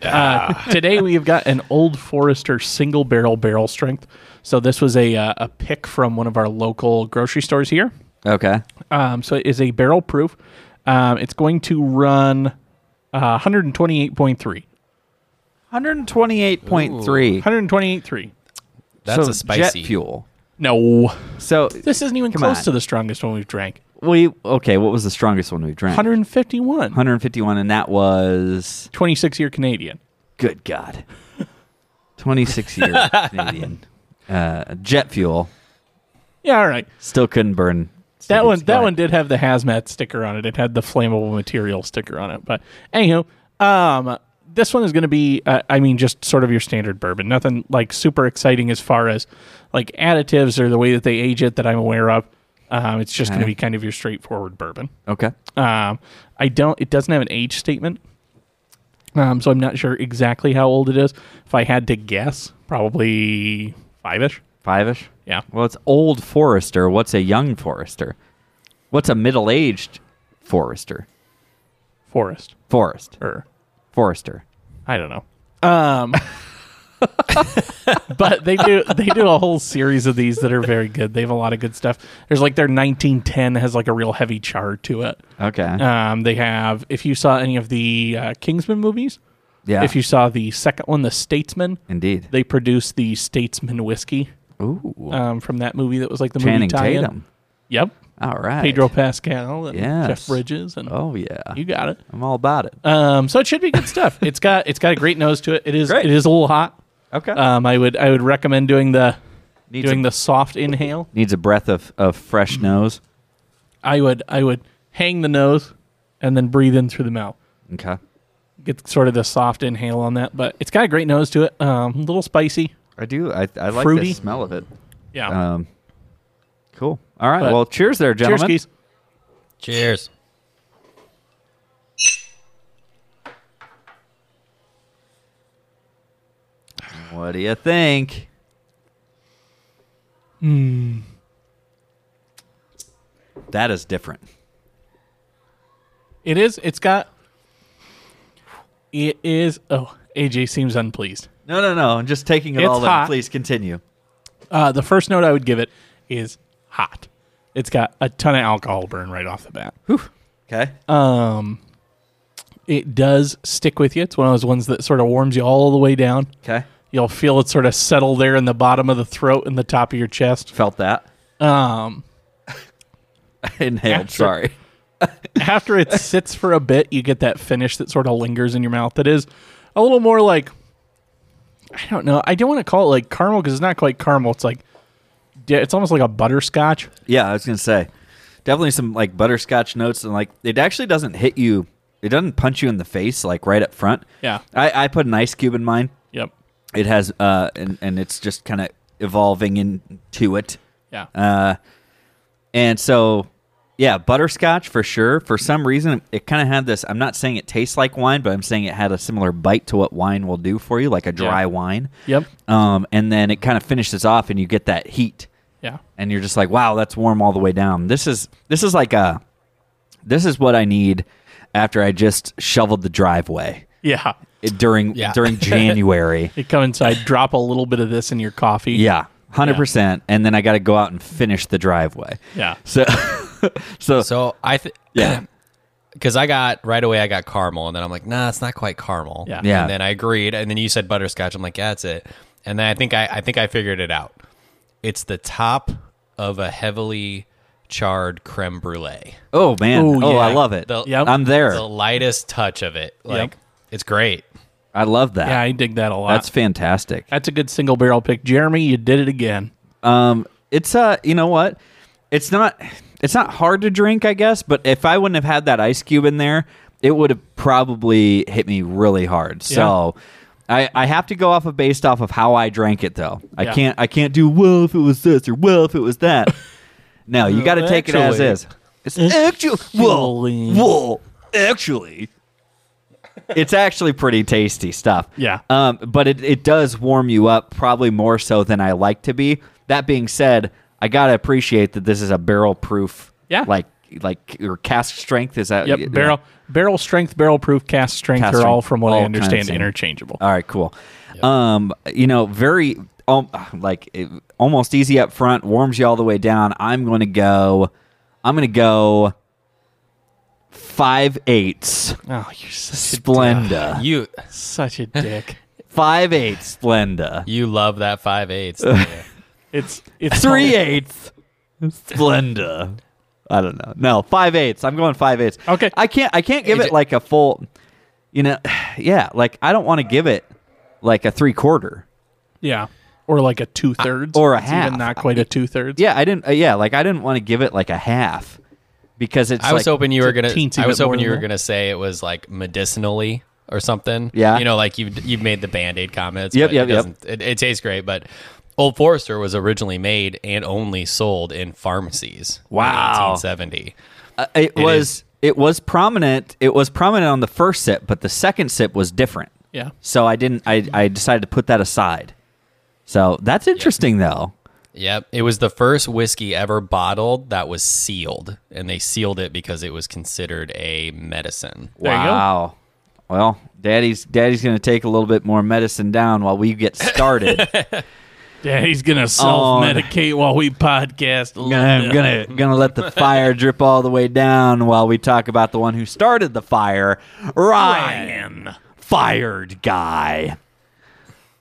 Speaker 2: Uh, today we have got an Old Forester single barrel barrel strength. So this was a uh, a pick from one of our local grocery stores here.
Speaker 1: Okay.
Speaker 2: Um, so it is a barrel proof. Um, it's going to run uh, 128.3.
Speaker 1: 128.3.
Speaker 2: 128.3.
Speaker 3: That's
Speaker 1: So
Speaker 3: a spicy.
Speaker 1: jet fuel.
Speaker 2: No.
Speaker 1: So
Speaker 2: This isn't even
Speaker 1: Come
Speaker 2: close
Speaker 1: on.
Speaker 2: to the strongest one we've drank.
Speaker 1: we okay, what was the strongest one we drank?
Speaker 2: 151.
Speaker 1: 151 and that was
Speaker 2: 26 year Canadian.
Speaker 1: good god. 26 year Canadian. Uh, jet fuel
Speaker 2: Yeah, all right.
Speaker 1: still couldn't burn.
Speaker 2: That one,
Speaker 1: Go
Speaker 2: that
Speaker 1: ahead.
Speaker 2: one did have the hazmat sticker on it. It had the flammable material sticker on it. But anywho, um, this one is going to be, uh, I mean, just sort of your standard bourbon. Nothing like super exciting as far as like additives or the way that they age it that I'm aware of. Um, it's just going to
Speaker 1: Okay.
Speaker 2: be kind of your straightforward bourbon.
Speaker 1: Okay.
Speaker 2: Um, I don't. It doesn't have an age statement, um, so I'm not sure exactly how old it is. If I had to guess, probably five-ish.
Speaker 1: Five-ish.
Speaker 2: Yeah.
Speaker 1: Well, it's old Forester. What's a young Forester? What's a middle-aged Forester?
Speaker 2: Forest
Speaker 1: Forest.
Speaker 2: or
Speaker 1: Forester.
Speaker 2: I don't know. Um, *laughs* but they do they do a whole series of these that are very good. They have a lot of good stuff. There's like their 1910 has like a real heavy char to it.
Speaker 1: Okay.
Speaker 2: Um, they have if you saw any of the uh, Kingsman movies,
Speaker 1: yeah.
Speaker 2: if you saw the second one, The Statesman,
Speaker 1: Indeed.
Speaker 2: they produced the Statesman whiskey.
Speaker 1: Ooh.
Speaker 2: um, from that movie that was like the
Speaker 1: Channing
Speaker 2: movie tie-in.
Speaker 1: Tatum.
Speaker 2: Yep,
Speaker 1: All right.
Speaker 2: Pedro Pascal and
Speaker 1: Yes.
Speaker 2: Jeff Bridges, and
Speaker 1: Oh yeah.
Speaker 2: you got it.
Speaker 1: I'm all about it.
Speaker 2: Um, so it should be good stuff. it's got it's got a great nose to it. It is
Speaker 1: Great.
Speaker 2: it is a little hot.
Speaker 1: Okay.
Speaker 2: Um, I would I would recommend doing the
Speaker 1: needs
Speaker 2: doing
Speaker 1: a,
Speaker 2: the Mm-hmm. soft inhale.
Speaker 1: needs a breath of, of fresh nose.
Speaker 2: I would I would hang the nose and then breathe in through the mouth.
Speaker 1: Okay.
Speaker 2: Get sort of the soft inhale on that, but it's got a great nose to it. Um, a little spicy.
Speaker 1: I do. I I like
Speaker 2: Fruity.
Speaker 1: the smell of it.
Speaker 2: Yeah.
Speaker 1: Um. Cool. All right.
Speaker 2: But-
Speaker 1: well, cheers there,
Speaker 2: Cheers,
Speaker 1: gentlemen.
Speaker 2: Keys.
Speaker 3: Cheers.
Speaker 1: What do you think? Hmm. That is different.
Speaker 2: It is. It's got. It is. Oh, AJ seems unpleased.
Speaker 1: No, no, no. I'm just taking it
Speaker 2: It's
Speaker 1: all in.
Speaker 2: hot.
Speaker 1: Please continue.
Speaker 2: Uh, the first note I would give it is hot. It's got a ton of alcohol burn right off the bat.
Speaker 1: Okay.
Speaker 2: Um, it does stick with you. It's one of those ones that sort of warms you all the way down.
Speaker 1: Okay.
Speaker 2: You'll feel it sort of settle there in the bottom of the throat and the top of your chest.
Speaker 1: Felt that. *laughs*
Speaker 2: Um, *laughs*
Speaker 1: I inhaled.
Speaker 2: After-
Speaker 1: Sorry.
Speaker 2: after it sits for a bit, you get that finish that sort of lingers in your mouth. That is a little more like I don't know. I don't want to call it like caramel because it's not quite caramel. It's like yeah, it's almost like a butterscotch.
Speaker 1: Yeah, I was gonna say, definitely some like butterscotch notes, and like it actually doesn't hit you It doesn't punch you in the face like right up front.
Speaker 2: Yeah.
Speaker 1: I, I put an ice cube in mine.
Speaker 2: Yep.
Speaker 1: It has uh and, and it's just kind of evolving into it.
Speaker 2: Yeah.
Speaker 1: Uh, and so, yeah, butterscotch for sure. For some reason, it kind of had this. I'm not saying it tastes like wine, but I'm saying it had a similar bite to what wine will do for you, like a dry
Speaker 2: Yeah.
Speaker 1: wine.
Speaker 2: Yep.
Speaker 1: Um, and then it kind of finishes off, and you get that heat,
Speaker 2: Yeah.
Speaker 1: and you're just like, wow, that's warm all the way down. This is this is like a, this is what I need after I just shoveled the driveway
Speaker 2: Yeah. *laughs*
Speaker 1: it- during
Speaker 3: Yeah.
Speaker 1: during January.
Speaker 2: You come inside, drop a little bit of this in your coffee.
Speaker 1: yeah. 100% and then I got to go out and finish the driveway.
Speaker 2: Yeah.
Speaker 1: So so
Speaker 3: So I th-
Speaker 1: *laughs* Yeah.
Speaker 3: because I got right away I got caramel and then I'm like, nah, it's not quite caramel.
Speaker 2: Yeah.
Speaker 1: Yeah.
Speaker 3: And then I agreed, and then you said butterscotch. I'm like, yeah, that's it. And then I think I I think I figured it out. It's the top of a heavily charred creme brulee.
Speaker 1: Oh man!
Speaker 2: Ooh,
Speaker 1: oh,
Speaker 2: yeah.
Speaker 1: I love it.
Speaker 3: The-
Speaker 2: Yep.
Speaker 1: I'm there.
Speaker 3: The lightest touch of it, like it's great.
Speaker 1: I love that.
Speaker 2: Yeah, I dig that a lot.
Speaker 1: That's
Speaker 2: That's,
Speaker 1: fantastic.
Speaker 2: That's a good single barrel pick. Jeremy, you did it again.
Speaker 1: Um, it's uh, you know what? It's not. It's not hard to drink, I guess. But if I wouldn't have had that ice cube in there, it would have probably hit me really hard. So. I, I have to go off of based off of how I drank it though. I
Speaker 2: Yeah.
Speaker 1: can't I can't do well if it was this or well if it was
Speaker 2: *laughs*
Speaker 1: that. No, you got to take it as
Speaker 2: actually-
Speaker 1: is. It's actually well,
Speaker 2: Actually.
Speaker 1: well, actually, it's actually pretty tasty stuff.
Speaker 2: Yeah.
Speaker 1: Um, but it, it does warm you up probably more so than I like to be. That being said, I gotta appreciate that this is a barrel proof.
Speaker 2: Yeah.
Speaker 1: Like like your cast strength is that.
Speaker 2: Yep.
Speaker 1: yeah.
Speaker 2: Barrel barrel strength, barrel proof, cast strength
Speaker 1: Cast
Speaker 2: are all
Speaker 1: strength,
Speaker 2: from what
Speaker 1: all
Speaker 2: I
Speaker 1: kinda
Speaker 2: understand
Speaker 1: same.
Speaker 2: interchangeable.
Speaker 1: All right. Cool. Um, you know, very um, like it- almost easy up front, warms you all the way down. I'm gonna go. I'm gonna go. Five eighths
Speaker 2: oh, you're such a,
Speaker 1: Splenda.
Speaker 3: You
Speaker 2: such
Speaker 1: *laughs*
Speaker 2: a dick.
Speaker 1: Five eighths Splenda.
Speaker 3: you love that
Speaker 1: *laughs*
Speaker 3: five eighths.
Speaker 2: It's it's
Speaker 1: Three eighths Splenda. I don't know. No, five eighths. I'm going five eighths.
Speaker 2: Okay.
Speaker 1: I can't. I can't give
Speaker 3: Hey,
Speaker 1: it
Speaker 3: J-
Speaker 1: like a full. You know, *sighs* yeah. Like I don't want to give it like a three quarter.
Speaker 2: Yeah. Or like a two thirds.
Speaker 1: Or a
Speaker 2: It's even
Speaker 1: half.
Speaker 2: not quite a two thirds.
Speaker 1: Yeah, I didn't. Uh, yeah, like I didn't want to give it like a half because it's.
Speaker 3: I was
Speaker 1: like-
Speaker 3: hoping you
Speaker 2: it's
Speaker 3: were
Speaker 2: a
Speaker 3: gonna.
Speaker 2: teensy
Speaker 3: I was
Speaker 2: bit more
Speaker 3: hoping you
Speaker 2: than
Speaker 3: were
Speaker 2: that.
Speaker 3: gonna say it was like medicinally or something.
Speaker 1: Yeah.
Speaker 3: you know, like you have you have made the band aid comments.
Speaker 1: Yep,
Speaker 3: but
Speaker 1: yep,
Speaker 3: it
Speaker 1: yep.
Speaker 3: doesn't- It, it tastes great, but Old Forester was originally made and only sold in pharmacies.
Speaker 1: Wow.
Speaker 3: in 1870.
Speaker 1: Uh, it,
Speaker 3: It
Speaker 1: was.
Speaker 3: is.
Speaker 1: It was prominent. It was prominent on the first sip, but the second sip was different.
Speaker 2: Yeah.
Speaker 1: So I didn't. I I decided to put that aside. So that's interesting though.
Speaker 3: Yep, it was the first whiskey ever bottled that was sealed, and they sealed it because it was considered a medicine.
Speaker 2: There you go.
Speaker 1: wow. Well, daddy's daddy's gonna take a little bit more medicine down while we get
Speaker 2: *laughs*
Speaker 1: started.
Speaker 2: Yeah, he's gonna self medicate while we podcast a little
Speaker 1: Oh, I'm
Speaker 2: bit.
Speaker 1: gonna gonna let the fire drip all the way down while we talk about the one who started the fire, Ryan.
Speaker 2: Ryan.
Speaker 1: fired guy.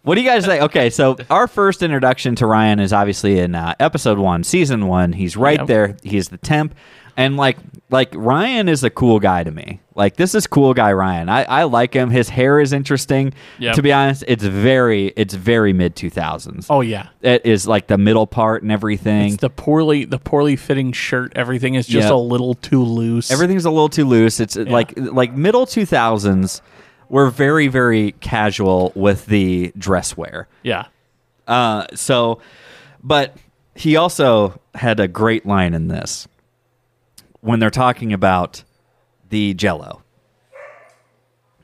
Speaker 1: What do you guys think? Okay,
Speaker 2: *laughs*
Speaker 1: so our first introduction to Ryan is obviously in uh, episode one, season one. He's right
Speaker 2: Yep.
Speaker 1: there. He's the temp, and like like Ryan is a cool guy to me. Like this is cool guy Ryan. I, I like him. His hair is interesting.
Speaker 2: Yep.
Speaker 1: To be honest, it's very it's very mid two thousands.
Speaker 2: Oh yeah.
Speaker 1: It is like the middle part and everything.
Speaker 2: It's the poorly the poorly fitting shirt. Everything is just
Speaker 1: Yeah.
Speaker 2: a little too loose.
Speaker 1: Everything's a little too loose. It's uh, like like middle two thousands. We're very very casual with the dress wear.
Speaker 2: Yeah.
Speaker 1: Uh, so, but he also had a great line in this when they're talking about the Jello,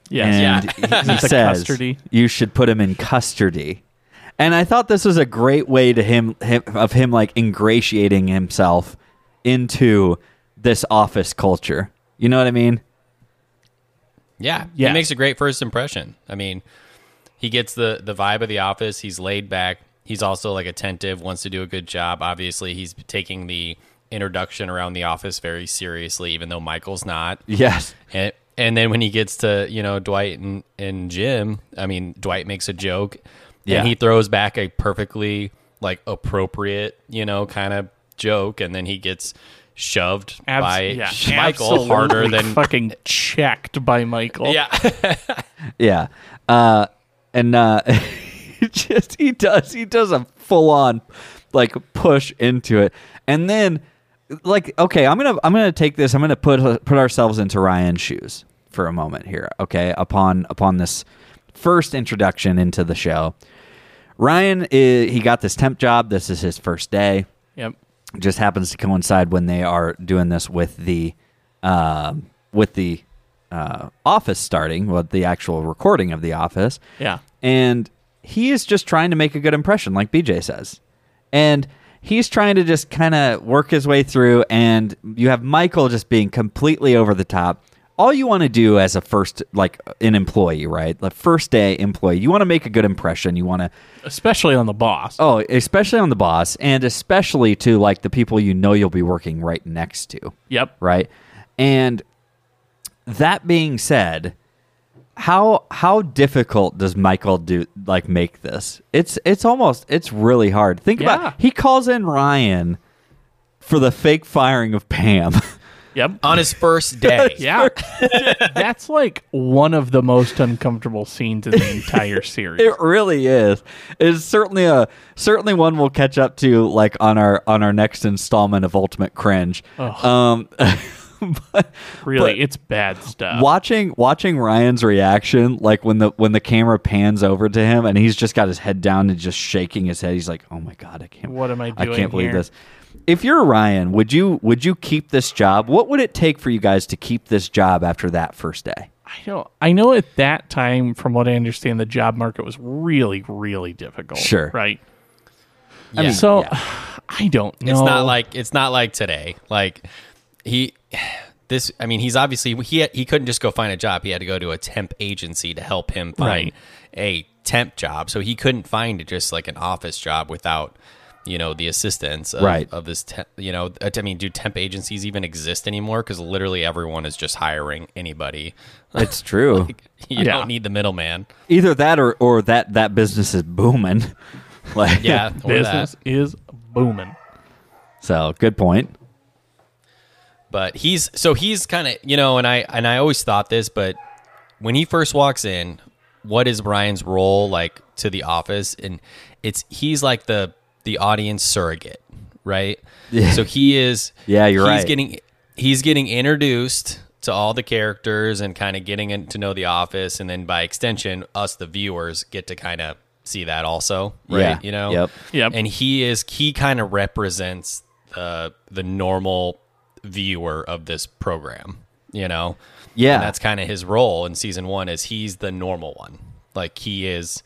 Speaker 2: Yes. *laughs*
Speaker 1: and
Speaker 3: Yeah.
Speaker 1: he, he
Speaker 2: The
Speaker 1: says
Speaker 2: custardy.
Speaker 1: you should put him in custardy. And I thought this was a great way to him, him of him like ingratiating himself into this office culture. You know what I mean?
Speaker 3: Yeah,
Speaker 2: Yeah.
Speaker 3: he makes a great first impression. I mean, he gets the the vibe of the office. He's laid back. He's also like attentive, wants to do a good job. Obviously, he's taking the introduction around the office very seriously, even though Michael's not.
Speaker 1: Yes.
Speaker 3: And and then when he gets to you know Dwight and and Jim, I mean Dwight makes a joke,
Speaker 1: Yeah.
Speaker 3: and he throws back a perfectly like appropriate you know kind of joke, and then he gets shoved
Speaker 2: Abs-
Speaker 3: by
Speaker 2: yeah.
Speaker 3: Michael harder
Speaker 2: Absolutely *laughs*
Speaker 3: than
Speaker 2: fucking checked by Michael.
Speaker 3: yeah. *laughs*
Speaker 1: Yeah. Uh, and uh, *laughs* he just he does he does a full on like push into it, and then like okay, I'm gonna I'm gonna take this. I'm gonna put put ourselves into Ryan's shoes. for a moment here, okay? Upon upon this first introduction into the show, Ryan is, he got this temp job. This is his first day.
Speaker 2: Yep.
Speaker 1: It just happens to coincide when they are doing this with the um with the uh, office starting, with the actual recording of the office
Speaker 2: Yeah.
Speaker 1: and he is just trying to make a good impression, like BJ says. And he's trying to just kind of work his way through, and you have Michael just being completely over the top. All you want to do as a first, like an employee, right? The first day employee, you want to make a good impression. You want to,
Speaker 2: Especially on the boss.
Speaker 1: oh, especially on the boss, and especially to like the people you know you'll be working right next to
Speaker 2: Yep.
Speaker 1: right? And that being said, how how difficult does Michael do like make this? It's it's almost it's really hard. Think
Speaker 2: Yeah.
Speaker 1: about he calls in Ryan for the fake firing of Pam. *laughs* Oh,
Speaker 2: Yep.
Speaker 3: on his first day.
Speaker 2: *laughs* Yeah. *laughs* That's like one of the most uncomfortable scenes in
Speaker 1: *laughs*
Speaker 2: the entire series.
Speaker 1: it really is. It's certainly a certainly one we'll catch up to like on our on our next installment of Ultimate Cringe. Um *laughs* but
Speaker 2: really,
Speaker 1: but-
Speaker 2: it's bad stuff.
Speaker 1: watching watching Ryan's reaction, like when the when the camera pans over to him and he's just got his head down and just shaking his head, he's like, "Oh my god, I can't.
Speaker 2: What am I
Speaker 1: I
Speaker 2: doing
Speaker 1: can't believe
Speaker 2: here?"
Speaker 1: this." If you're Ryan, would you would you keep this job? What would it take for you guys to keep this job after that first day?
Speaker 2: I don't. I know at that time, from what I understand, the job market was really, really difficult.
Speaker 1: Sure.
Speaker 2: Right.
Speaker 3: I mean,
Speaker 2: so
Speaker 1: yeah.
Speaker 2: *sighs* I don't know.
Speaker 3: It's not like it's not like today. Like he *sighs* this I mean he's obviously he he couldn't just go find a job. He had to go to a temp agency to help him find
Speaker 2: Right.
Speaker 3: a temp job. So he couldn't find just like an office job without you know the assistance of,
Speaker 1: Right.
Speaker 3: of this temp, you know uh, I mean do temp agencies even exist anymore cuz literally everyone is just hiring anybody.
Speaker 1: *laughs*
Speaker 3: *laughs*
Speaker 1: It's true.
Speaker 3: You
Speaker 2: Yeah.
Speaker 3: don't need the middleman.
Speaker 1: Either that or or that that business is booming. *laughs* like
Speaker 3: Yeah, or that.
Speaker 2: business is booming.
Speaker 1: So, good point.
Speaker 3: but he's so he's kind of you know and i and i always thought this but when he first walks in what is brian's role like to the office and it's he's like the the audience surrogate right yeah. so he is
Speaker 1: Yeah, you're
Speaker 3: he's
Speaker 1: right.
Speaker 3: getting he's getting introduced to all the characters and kind of getting in, to know the office and then by extension us the viewers get to kind of see that also right
Speaker 1: Yeah.
Speaker 3: you know
Speaker 1: Yep.
Speaker 2: Yep.
Speaker 3: and he is he kind of represents the the normal viewer of this program you know
Speaker 1: Yeah.
Speaker 3: and that's kind of his role in season one is he's the normal one like he is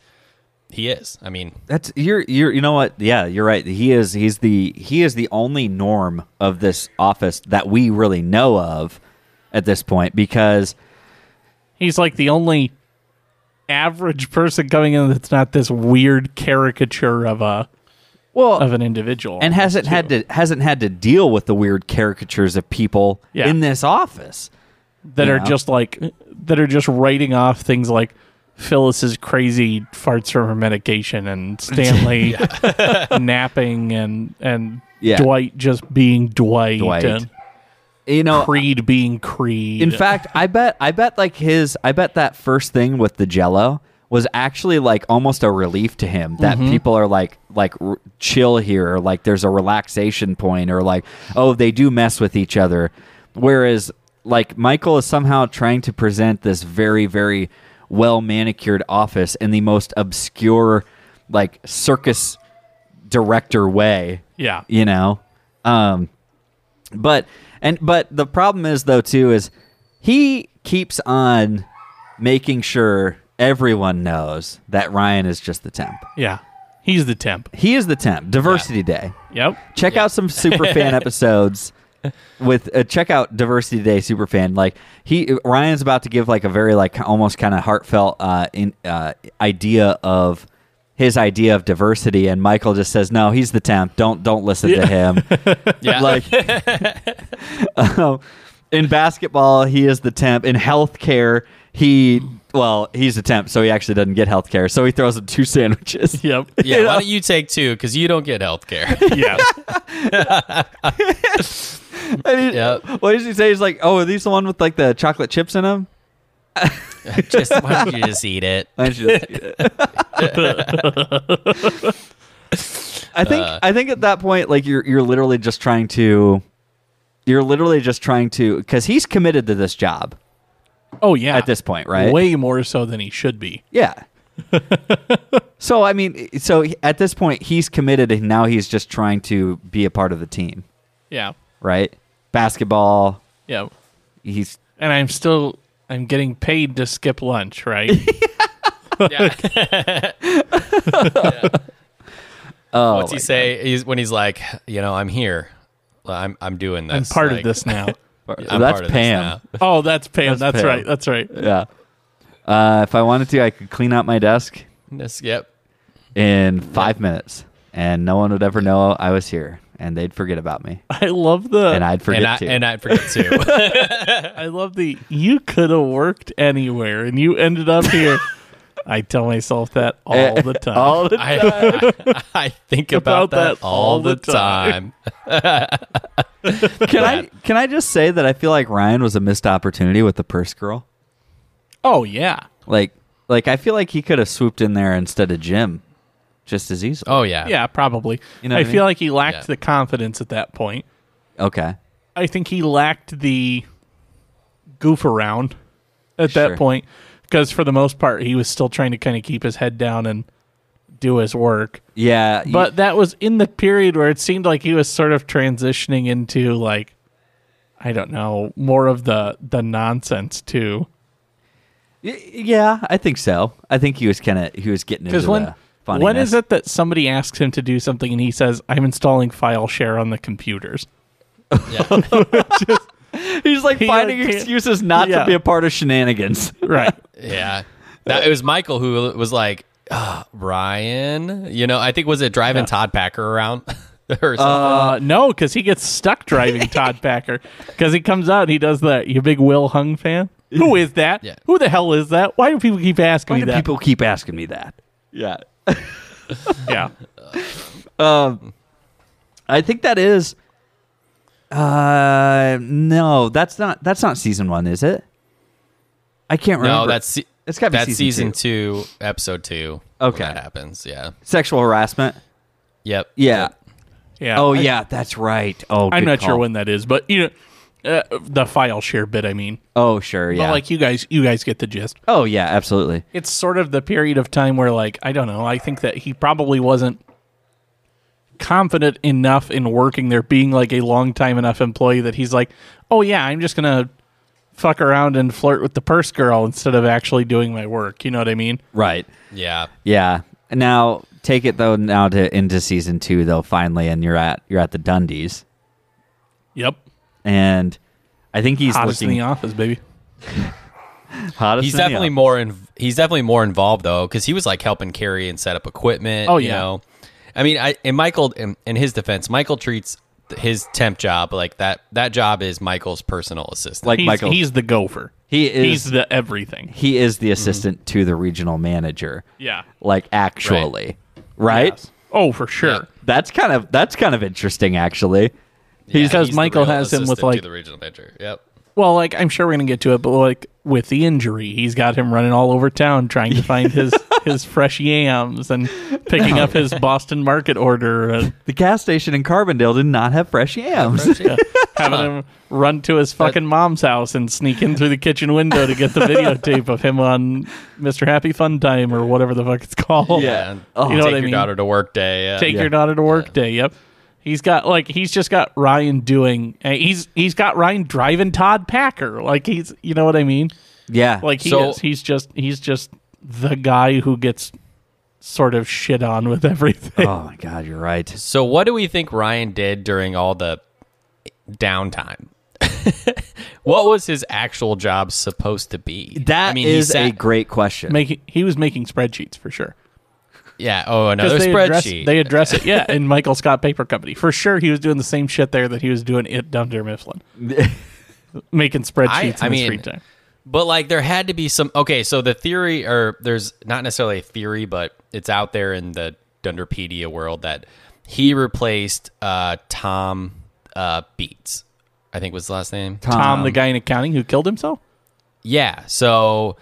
Speaker 3: he is i mean
Speaker 1: That's you're you're you know what? Yeah, you're right. He is he's the he is the only norm of this office that we really know of at this point because
Speaker 2: He's like the only average person coming in that's not this weird caricature of a
Speaker 1: well
Speaker 2: of an individual
Speaker 1: and hasn't had to hasn't had to deal with the weird caricatures of people
Speaker 2: Yeah.
Speaker 1: in this office.
Speaker 2: that are
Speaker 1: Yeah.
Speaker 2: just like that are just writing off things like Phyllis's crazy farts from her
Speaker 1: *laughs*
Speaker 2: medication and Stanley *laughs* napping and and
Speaker 1: Yeah.
Speaker 2: Dwight just being Dwight,
Speaker 1: Dwight.
Speaker 2: and
Speaker 1: You know,
Speaker 2: Creed being Creed.
Speaker 1: in fact, I bet I bet like his I bet that first thing with the jello was actually like almost a relief to him that people are like like r- chill here or like there's a relaxation point or like oh they do mess with each other whereas like Michael is somehow trying to present this very very well manicured office in the most obscure like circus director way
Speaker 2: yeah,
Speaker 1: you know um but and but the problem is though too is he keeps on making sure everyone knows that ryan is just the temp
Speaker 2: yeah, he's the temp.
Speaker 1: he is the temp diversity day
Speaker 2: Yep.
Speaker 1: check out some super
Speaker 3: *laughs*
Speaker 1: fan episodes with uh, check out diversity day super fan like he ryan's about to give like a very like almost kind of heartfelt uh in uh idea of his idea of diversity and michael just says no he's the temp don't don't listen to him
Speaker 3: *laughs* yeah
Speaker 1: like *laughs* um, in basketball he is the temp in healthcare he well he's a temp so he actually doesn't get healthcare so he throws him two sandwiches
Speaker 2: Yep. *laughs*
Speaker 3: yeah why don't you take two because you don't get health care
Speaker 2: yeah.
Speaker 1: And he-
Speaker 3: Yep.
Speaker 1: what does he say he's like oh are these the one with like the chocolate chips in them
Speaker 3: *laughs* just why don't you just eat *laughs* it
Speaker 1: i think *laughs*
Speaker 3: Uh.
Speaker 1: i think at that point like you're you're literally just trying to you're literally just trying to because he's committed to this job
Speaker 2: Oh yeah.
Speaker 1: at this point, right?
Speaker 2: way more so than he should be.
Speaker 3: *laughs*
Speaker 1: Yeah. so I mean, so he- at this point, he's committed, and now he's just trying to be a part of the team,
Speaker 2: Yeah.
Speaker 1: right? Basketball.
Speaker 2: Yeah.
Speaker 1: He's
Speaker 2: And I'm still I'm getting paid to skip lunch, *laughs* right?
Speaker 3: *laughs*
Speaker 1: oh,
Speaker 3: What's he say? He's when he's like, you know, I'm here. I'm I'm doing this.
Speaker 2: I'm part
Speaker 3: Like,
Speaker 2: of this now.
Speaker 1: like-
Speaker 3: I'm
Speaker 1: that's
Speaker 3: part of this
Speaker 1: Pam.
Speaker 2: *laughs* Oh, that's Pam. That's,
Speaker 1: Pam.
Speaker 2: right. That's right.
Speaker 1: Yeah. Uh, if I wanted to, I could clean out my desk
Speaker 3: now. This, yep.
Speaker 1: in five minutes, and no one would ever know I was here, and they'd forget about
Speaker 2: *laughs*
Speaker 1: me,
Speaker 2: I love the
Speaker 1: and I'd forget
Speaker 3: and I
Speaker 1: too.
Speaker 3: and I forget too. *laughs*
Speaker 2: I love the you could have worked anywhere and you ended
Speaker 1: *laughs*
Speaker 2: up here. I tell myself that all the
Speaker 1: *laughs*
Speaker 2: time.
Speaker 1: Eh, All
Speaker 2: *laughs*
Speaker 3: *laughs*
Speaker 1: the-
Speaker 3: I, I, I think about,
Speaker 2: About that
Speaker 3: that, all the time.
Speaker 1: can I can I just say that I feel like Ryan was a missed opportunity with the purse girl?
Speaker 2: oh yeah.
Speaker 1: Like like I feel like he could have swooped in there instead of Jim, just as easily.
Speaker 3: Oh *laughs* yeah.
Speaker 2: Yeah, probably.
Speaker 1: You know
Speaker 2: I
Speaker 1: what I
Speaker 2: feel
Speaker 1: mean?
Speaker 2: like he lacked
Speaker 3: Yeah.
Speaker 2: the confidence at that point.
Speaker 1: Okay.
Speaker 2: I think he lacked the goof around at
Speaker 1: Sure.
Speaker 2: that point because for the most part he was still trying to kind of keep his head down and do his work.
Speaker 1: Yeah. you-
Speaker 2: But that was in the period where it seemed like he was sort of transitioning into like I don't know, more of the the nonsense too.
Speaker 1: y- yeah, I think so. I think he was kind of he was getting into
Speaker 2: Because when
Speaker 1: the funniness.
Speaker 2: when is it that somebody asks him to do something and he says, "I'm installing file share on the computers"? *laughs*
Speaker 1: He's like
Speaker 2: He,
Speaker 1: finding
Speaker 2: like, can't-
Speaker 1: excuses not to
Speaker 2: Yeah.
Speaker 1: be a part of shenanigans.
Speaker 2: Right.
Speaker 3: Yeah. That, it was Michael who was like, "Ah, Ryan, you know, I think was it driving Todd Packer around *laughs* or something?
Speaker 2: Uh, no, because he gets
Speaker 1: *laughs*
Speaker 2: stuck driving Todd Packer because he comes out and he does that. You big Will Hung fan? Who is that?
Speaker 3: Yeah.
Speaker 2: Who the hell is that? Why do people keep asking
Speaker 1: Why
Speaker 2: me
Speaker 1: do
Speaker 2: that?
Speaker 1: people keep asking me that? Yeah.
Speaker 2: yeah.
Speaker 1: *laughs* I think that is uh no, that's not that's not season 1, is it? I can't remember.
Speaker 3: no, that's se-
Speaker 1: It's gotta be
Speaker 3: that's
Speaker 1: season
Speaker 3: season, two. episode two.
Speaker 1: Okay.
Speaker 3: when that happens. Yeah.
Speaker 1: sexual harassment.
Speaker 3: Yep.
Speaker 1: Yeah.
Speaker 2: Yeah.
Speaker 1: Oh
Speaker 2: I-
Speaker 1: yeah, that's right. Oh,
Speaker 2: I'm
Speaker 1: good
Speaker 2: not sure
Speaker 1: call.
Speaker 2: when that is, but you know, uh, the file share bit. I mean,
Speaker 1: Oh sure, yeah.
Speaker 2: but like you guys, you guys get the gist.
Speaker 1: oh yeah, absolutely.
Speaker 2: It's sort of the period of time where, like, I don't know. I think that he probably wasn't confident enough in working there, being like a long time enough employee that he's like, oh yeah, I'm just gonna fuck around and flirt with the purse girl instead of actually doing my work. You know what I mean?
Speaker 1: Right.
Speaker 3: Yeah.
Speaker 1: Yeah. Now take it though now to into season 2 though finally and you're at you're at the Dundies
Speaker 2: Yep.
Speaker 1: and I think he's
Speaker 2: Hottest in
Speaker 1: looking
Speaker 2: the office, baby.
Speaker 1: hottest
Speaker 3: He's
Speaker 1: in the
Speaker 3: definitely
Speaker 1: office.
Speaker 3: more in, he's definitely more involved though because he was like helping carry and set up equipment.
Speaker 2: Oh,
Speaker 3: you
Speaker 2: yeah.
Speaker 3: know? I mean, I and Michael in, in his defense, Michael treats th- his temp job like that. That job is Michael's personal assistant.
Speaker 1: like
Speaker 2: He's,
Speaker 1: Michael.
Speaker 2: he's the gopher.
Speaker 1: He is-
Speaker 2: He's the everything.
Speaker 1: he is the assistant to the regional manager.
Speaker 2: Mm-hmm. Yeah.
Speaker 1: Like actually. Right?
Speaker 2: Yes. Oh, for sure.
Speaker 3: Yeah.
Speaker 1: That's kind of that's kind of interesting actually.
Speaker 3: Yeah,
Speaker 2: because
Speaker 3: he's the
Speaker 2: Michael
Speaker 3: real
Speaker 2: has him with,
Speaker 3: assistant to
Speaker 2: like-
Speaker 3: the regional manager.
Speaker 1: *laughs*
Speaker 3: Yep.
Speaker 2: Well, like I'm sure we're gonna get to it, but like with the injury, he's got him running all over town trying to find
Speaker 3: *laughs*
Speaker 2: his his fresh yams and picking up his Boston Market order and
Speaker 1: The gas station in Carbondale did not have fresh yams.
Speaker 3: *laughs*
Speaker 2: having him run to his fucking mom's house and sneak in through the kitchen window to get the videotape of him on Mr. Happy Fun Time or whatever the fuck it's called.
Speaker 1: Yeah.
Speaker 3: And
Speaker 1: Oh.
Speaker 2: *laughs* You know
Speaker 3: take
Speaker 2: what I
Speaker 3: your
Speaker 2: mean?
Speaker 3: daughter to work day. Yeah.
Speaker 2: Take your daughter to work day. Yep. He's got like he's just got Ryan doing. eh, He's he's got Ryan driving Todd Packer. Like he's you know what I mean.
Speaker 1: *laughs* yeah.
Speaker 2: Like he
Speaker 3: So-
Speaker 2: is. He's just he's just the guy who gets sort of shit on with *laughs*
Speaker 3: Uh-huh.
Speaker 2: everything.
Speaker 1: Oh my god, you're right.
Speaker 3: So, what do we think Ryan did during all the downtime? *laughs* what was his actual job supposed to be?
Speaker 1: That is
Speaker 3: he
Speaker 1: a
Speaker 3: sat-
Speaker 1: great question.
Speaker 2: making he was making spreadsheets for sure.
Speaker 3: yeah. Oh, another
Speaker 2: they address,
Speaker 3: spreadsheet.
Speaker 2: they address it,
Speaker 3: *laughs*
Speaker 2: yeah, in Michael Scott Paper Company. For sure, he was doing the same shit there that he was doing it down there
Speaker 3: *laughs*
Speaker 2: Mifflin, making spreadsheets
Speaker 3: I
Speaker 2: in
Speaker 3: mean,
Speaker 2: his free time.
Speaker 3: But like there had to be some okay, so the theory or there's not necessarily a theory, but it's out there in the Dunderpedia world that he replaced uh Tom uh Beats. I think was the last name.
Speaker 2: Tom, the guy in accounting who killed himself,
Speaker 3: Yeah. So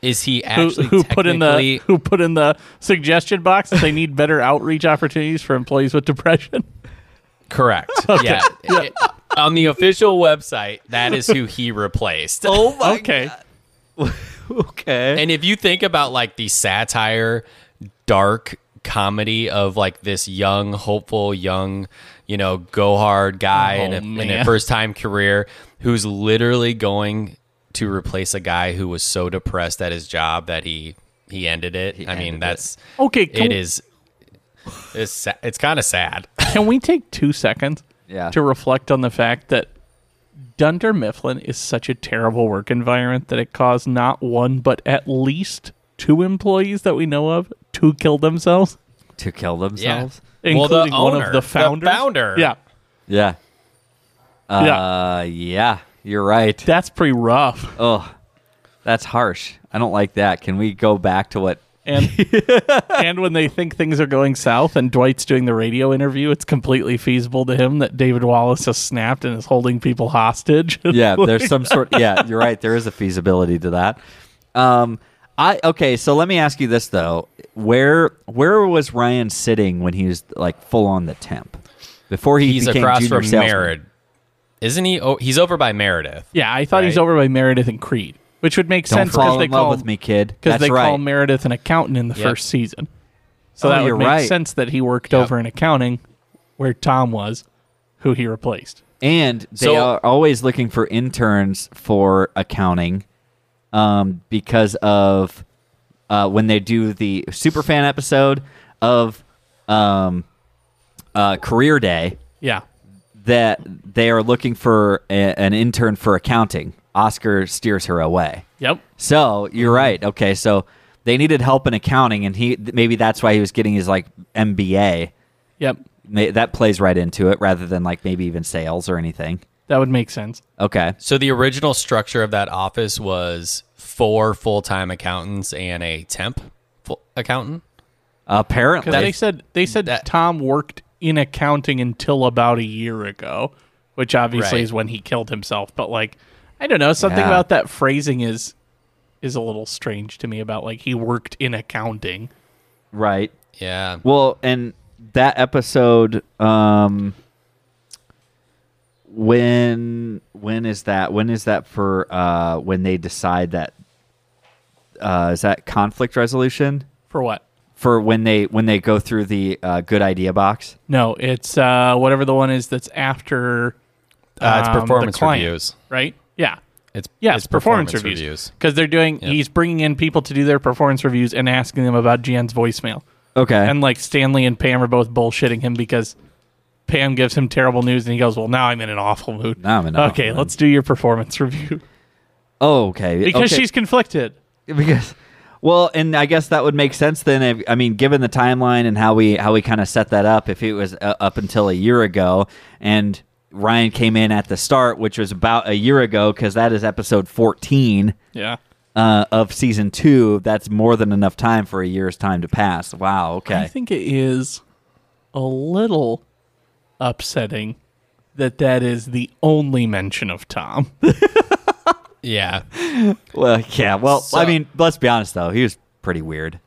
Speaker 3: is he
Speaker 2: who,
Speaker 3: actually
Speaker 2: who put in the
Speaker 3: technically-
Speaker 2: who put in the suggestion box that they need better outreach opportunities for employees with
Speaker 3: *laughs*
Speaker 2: depression. *laughs*
Speaker 3: correct. Yeah. It- on the official website, that is who he replaced. *laughs*
Speaker 1: oh my
Speaker 3: uh,
Speaker 2: Okay,
Speaker 1: *laughs* okay.
Speaker 3: And if you think about like the satire, dark comedy of like this young, hopeful, young, you know, go hard guy
Speaker 2: Oh,
Speaker 3: in, a, in a
Speaker 2: man.
Speaker 3: first time career who's literally going to replace a guy who was so depressed at his job that he he ended it. I
Speaker 1: ended
Speaker 3: mean,
Speaker 1: it.
Speaker 3: that's
Speaker 2: Okay, can
Speaker 3: it
Speaker 2: we-
Speaker 3: is. It's sa- it's kind of sad.
Speaker 2: Can we take two seconds
Speaker 1: Yeah.
Speaker 2: to reflect on the fact that Dunder Mifflin is such a terrible work environment that it caused not one, but at least two employees that we know of to kill themselves,
Speaker 1: to kill
Speaker 3: *laughs*
Speaker 1: themselves.
Speaker 3: Well, the
Speaker 2: including one
Speaker 3: owner,
Speaker 2: of the
Speaker 3: the
Speaker 2: founders.
Speaker 3: founder.
Speaker 2: Yeah.
Speaker 1: Yeah.
Speaker 2: Yeah.
Speaker 1: Uh, yeah. You're right.
Speaker 2: That's pretty rough.
Speaker 1: Oh, that's harsh. I don't like that. Can we go back to what? *laughs*
Speaker 2: And and when they think things are going south and Dwight's doing the radio interview, it's completely feasible to him that David Wallace has snapped and is holding people hostage.
Speaker 1: Yeah, there's some sort. Yeah, you're right. There is a feasibility to that. Um, I okay. So let me ask you this though: where where was Ryan sitting when he was like full on the temp before he
Speaker 3: He's
Speaker 1: became
Speaker 3: across
Speaker 1: junior
Speaker 3: from
Speaker 1: salesman?
Speaker 3: Meredith, isn't he? Oh, he's over by Meredith.
Speaker 2: *laughs* yeah, I thought he's
Speaker 3: Right.
Speaker 2: over by Meredith and Creed, which would make
Speaker 1: Don't
Speaker 2: sense because
Speaker 1: fall
Speaker 2: they
Speaker 1: in love
Speaker 2: call
Speaker 1: with me, kid.
Speaker 2: because
Speaker 1: That's
Speaker 2: they
Speaker 1: right.
Speaker 2: call Meredith an accountant in the
Speaker 3: Yep.
Speaker 2: first season. So
Speaker 1: Oh,
Speaker 2: that
Speaker 1: you're
Speaker 2: would make
Speaker 1: right.
Speaker 2: sense that he worked
Speaker 3: Yep.
Speaker 2: over in accounting, where Tom was, who he replaced.
Speaker 1: And they
Speaker 3: So-
Speaker 1: are always looking for interns for accounting um, because of uh, when they do the superfan episode of um, uh, Career Day
Speaker 2: Yeah,
Speaker 1: that they are looking for a- an intern for accounting. Oscar steers her away.
Speaker 2: yep,
Speaker 1: So you're right. Okay, so they needed help in accounting, and he maybe that's why he was getting his like MBA.
Speaker 2: yep.
Speaker 1: May- That plays right into it, rather than like maybe even sales or anything.
Speaker 2: That would make sense.
Speaker 1: Okay.
Speaker 3: So the original structure of that office was four full-time accountants and a temp full accountant.
Speaker 1: Apparently,
Speaker 2: Because they said they said
Speaker 3: that-
Speaker 2: Tom worked in accounting until about a year ago, which obviously
Speaker 3: Right.
Speaker 2: is when he killed himself. But like, I don't know. Something
Speaker 1: Yeah.
Speaker 2: about that phrasing is is a little strange to me. About like he worked in accounting.
Speaker 1: right.
Speaker 3: Yeah. Uh,
Speaker 1: Well, and that episode, um, when when is that? When is that for? Uh, when they decide that uh, is that conflict resolution
Speaker 2: For what?
Speaker 1: for when they when they go through the uh, good idea box?
Speaker 2: No, it's uh, whatever the one is that's after
Speaker 3: Uh, it's
Speaker 2: um, the
Speaker 3: performance
Speaker 2: client,
Speaker 3: reviews.
Speaker 2: right? Yeah.
Speaker 3: It's
Speaker 2: Yeah, it's performance, reviews. Because they're doing,
Speaker 3: Yep.
Speaker 2: he's bringing in people to do their performance reviews and asking them about Jan's voicemail.
Speaker 1: Okay.
Speaker 2: And like Stanley and Pam are both bullshitting him because Pam gives him terrible news and he goes, Well, now I'm in an awful mood.
Speaker 1: Now I'm in an awful
Speaker 2: okay,
Speaker 1: mood.
Speaker 2: let's do your performance review. *laughs*
Speaker 1: oh, okay.
Speaker 2: because
Speaker 1: okay.
Speaker 2: she's conflicted.
Speaker 1: *laughs* because well and i guess that would make sense then if, i mean given the timeline and how we how we kind of set that up if it was uh, up until a year ago and ryan came in at the start which was about a year ago because that is episode 14
Speaker 2: Yeah.
Speaker 1: uh, of season two that's more than enough time for a year's time to pass wow
Speaker 2: I
Speaker 1: okay
Speaker 2: think it is a little upsetting that that is the only mention of Tom. *laughs*
Speaker 3: Yeah.
Speaker 1: well yeah well
Speaker 3: So-
Speaker 1: i mean let's be honest though he was pretty weird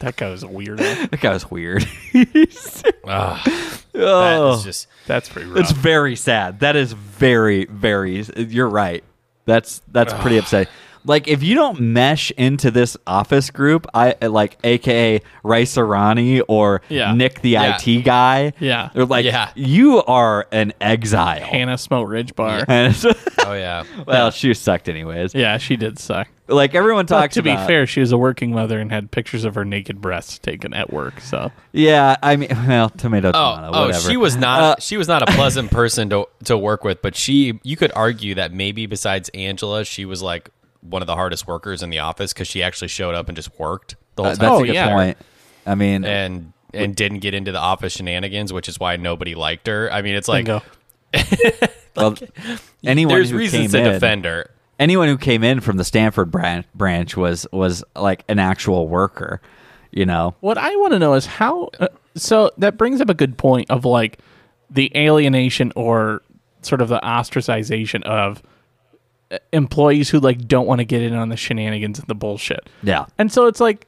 Speaker 2: that guy was a weirdo.
Speaker 1: that guy was weird *laughs*
Speaker 2: Oh.
Speaker 3: That is just
Speaker 2: That's pretty rough.
Speaker 1: It's
Speaker 3: Um,
Speaker 1: very sad. That is very, very. You're right. That's that's pretty upsetting. Like if you don't mesh into this office group, I eh, like AKA Ray Serrani or
Speaker 2: Yeah.
Speaker 1: Nick the
Speaker 3: Yeah.
Speaker 1: IT guy.
Speaker 2: Yeah.
Speaker 1: they're like
Speaker 3: Yeah.
Speaker 1: you are an exile.
Speaker 2: Hannah Smote Ridge Bar. Yeah.
Speaker 1: *laughs* And
Speaker 3: oh yeah.
Speaker 1: well, she sucked anyways.
Speaker 2: she did suck.
Speaker 1: Like everyone
Speaker 2: But
Speaker 1: talks
Speaker 2: to be
Speaker 1: about-
Speaker 2: fair, she was a working mother and had pictures of her naked breasts taken at work. So
Speaker 1: Yeah, I mean, well, tomato,
Speaker 3: Oh,
Speaker 2: uh,
Speaker 1: tomato,
Speaker 3: oh,
Speaker 1: whatever.
Speaker 3: she was not she was not a pleasant *laughs* person to to work with, but she you could argue that maybe besides Angela, she was like one of the hardest workers in the office cuz she actually showed up and just worked the whole
Speaker 1: Uh,
Speaker 3: time
Speaker 1: that's
Speaker 2: Oh,
Speaker 1: a good
Speaker 2: yeah.
Speaker 1: point. I mean,
Speaker 3: and and didn't get into the office shenanigans, which is why nobody liked her. I mean, it's like
Speaker 2: bingo.
Speaker 1: well, anyone
Speaker 3: there's
Speaker 1: who
Speaker 3: reasons to
Speaker 1: came in,
Speaker 3: defend her.
Speaker 1: anyone who came in from the Stanford branch, branch was was like an actual worker, you know.
Speaker 2: What I want to know is how. Uh, so that brings up a good point of like the alienation or sort of the ostracization of uh, employees who like don't want to get in on the shenanigans and the bullshit.
Speaker 1: Yeah.
Speaker 2: And so it's like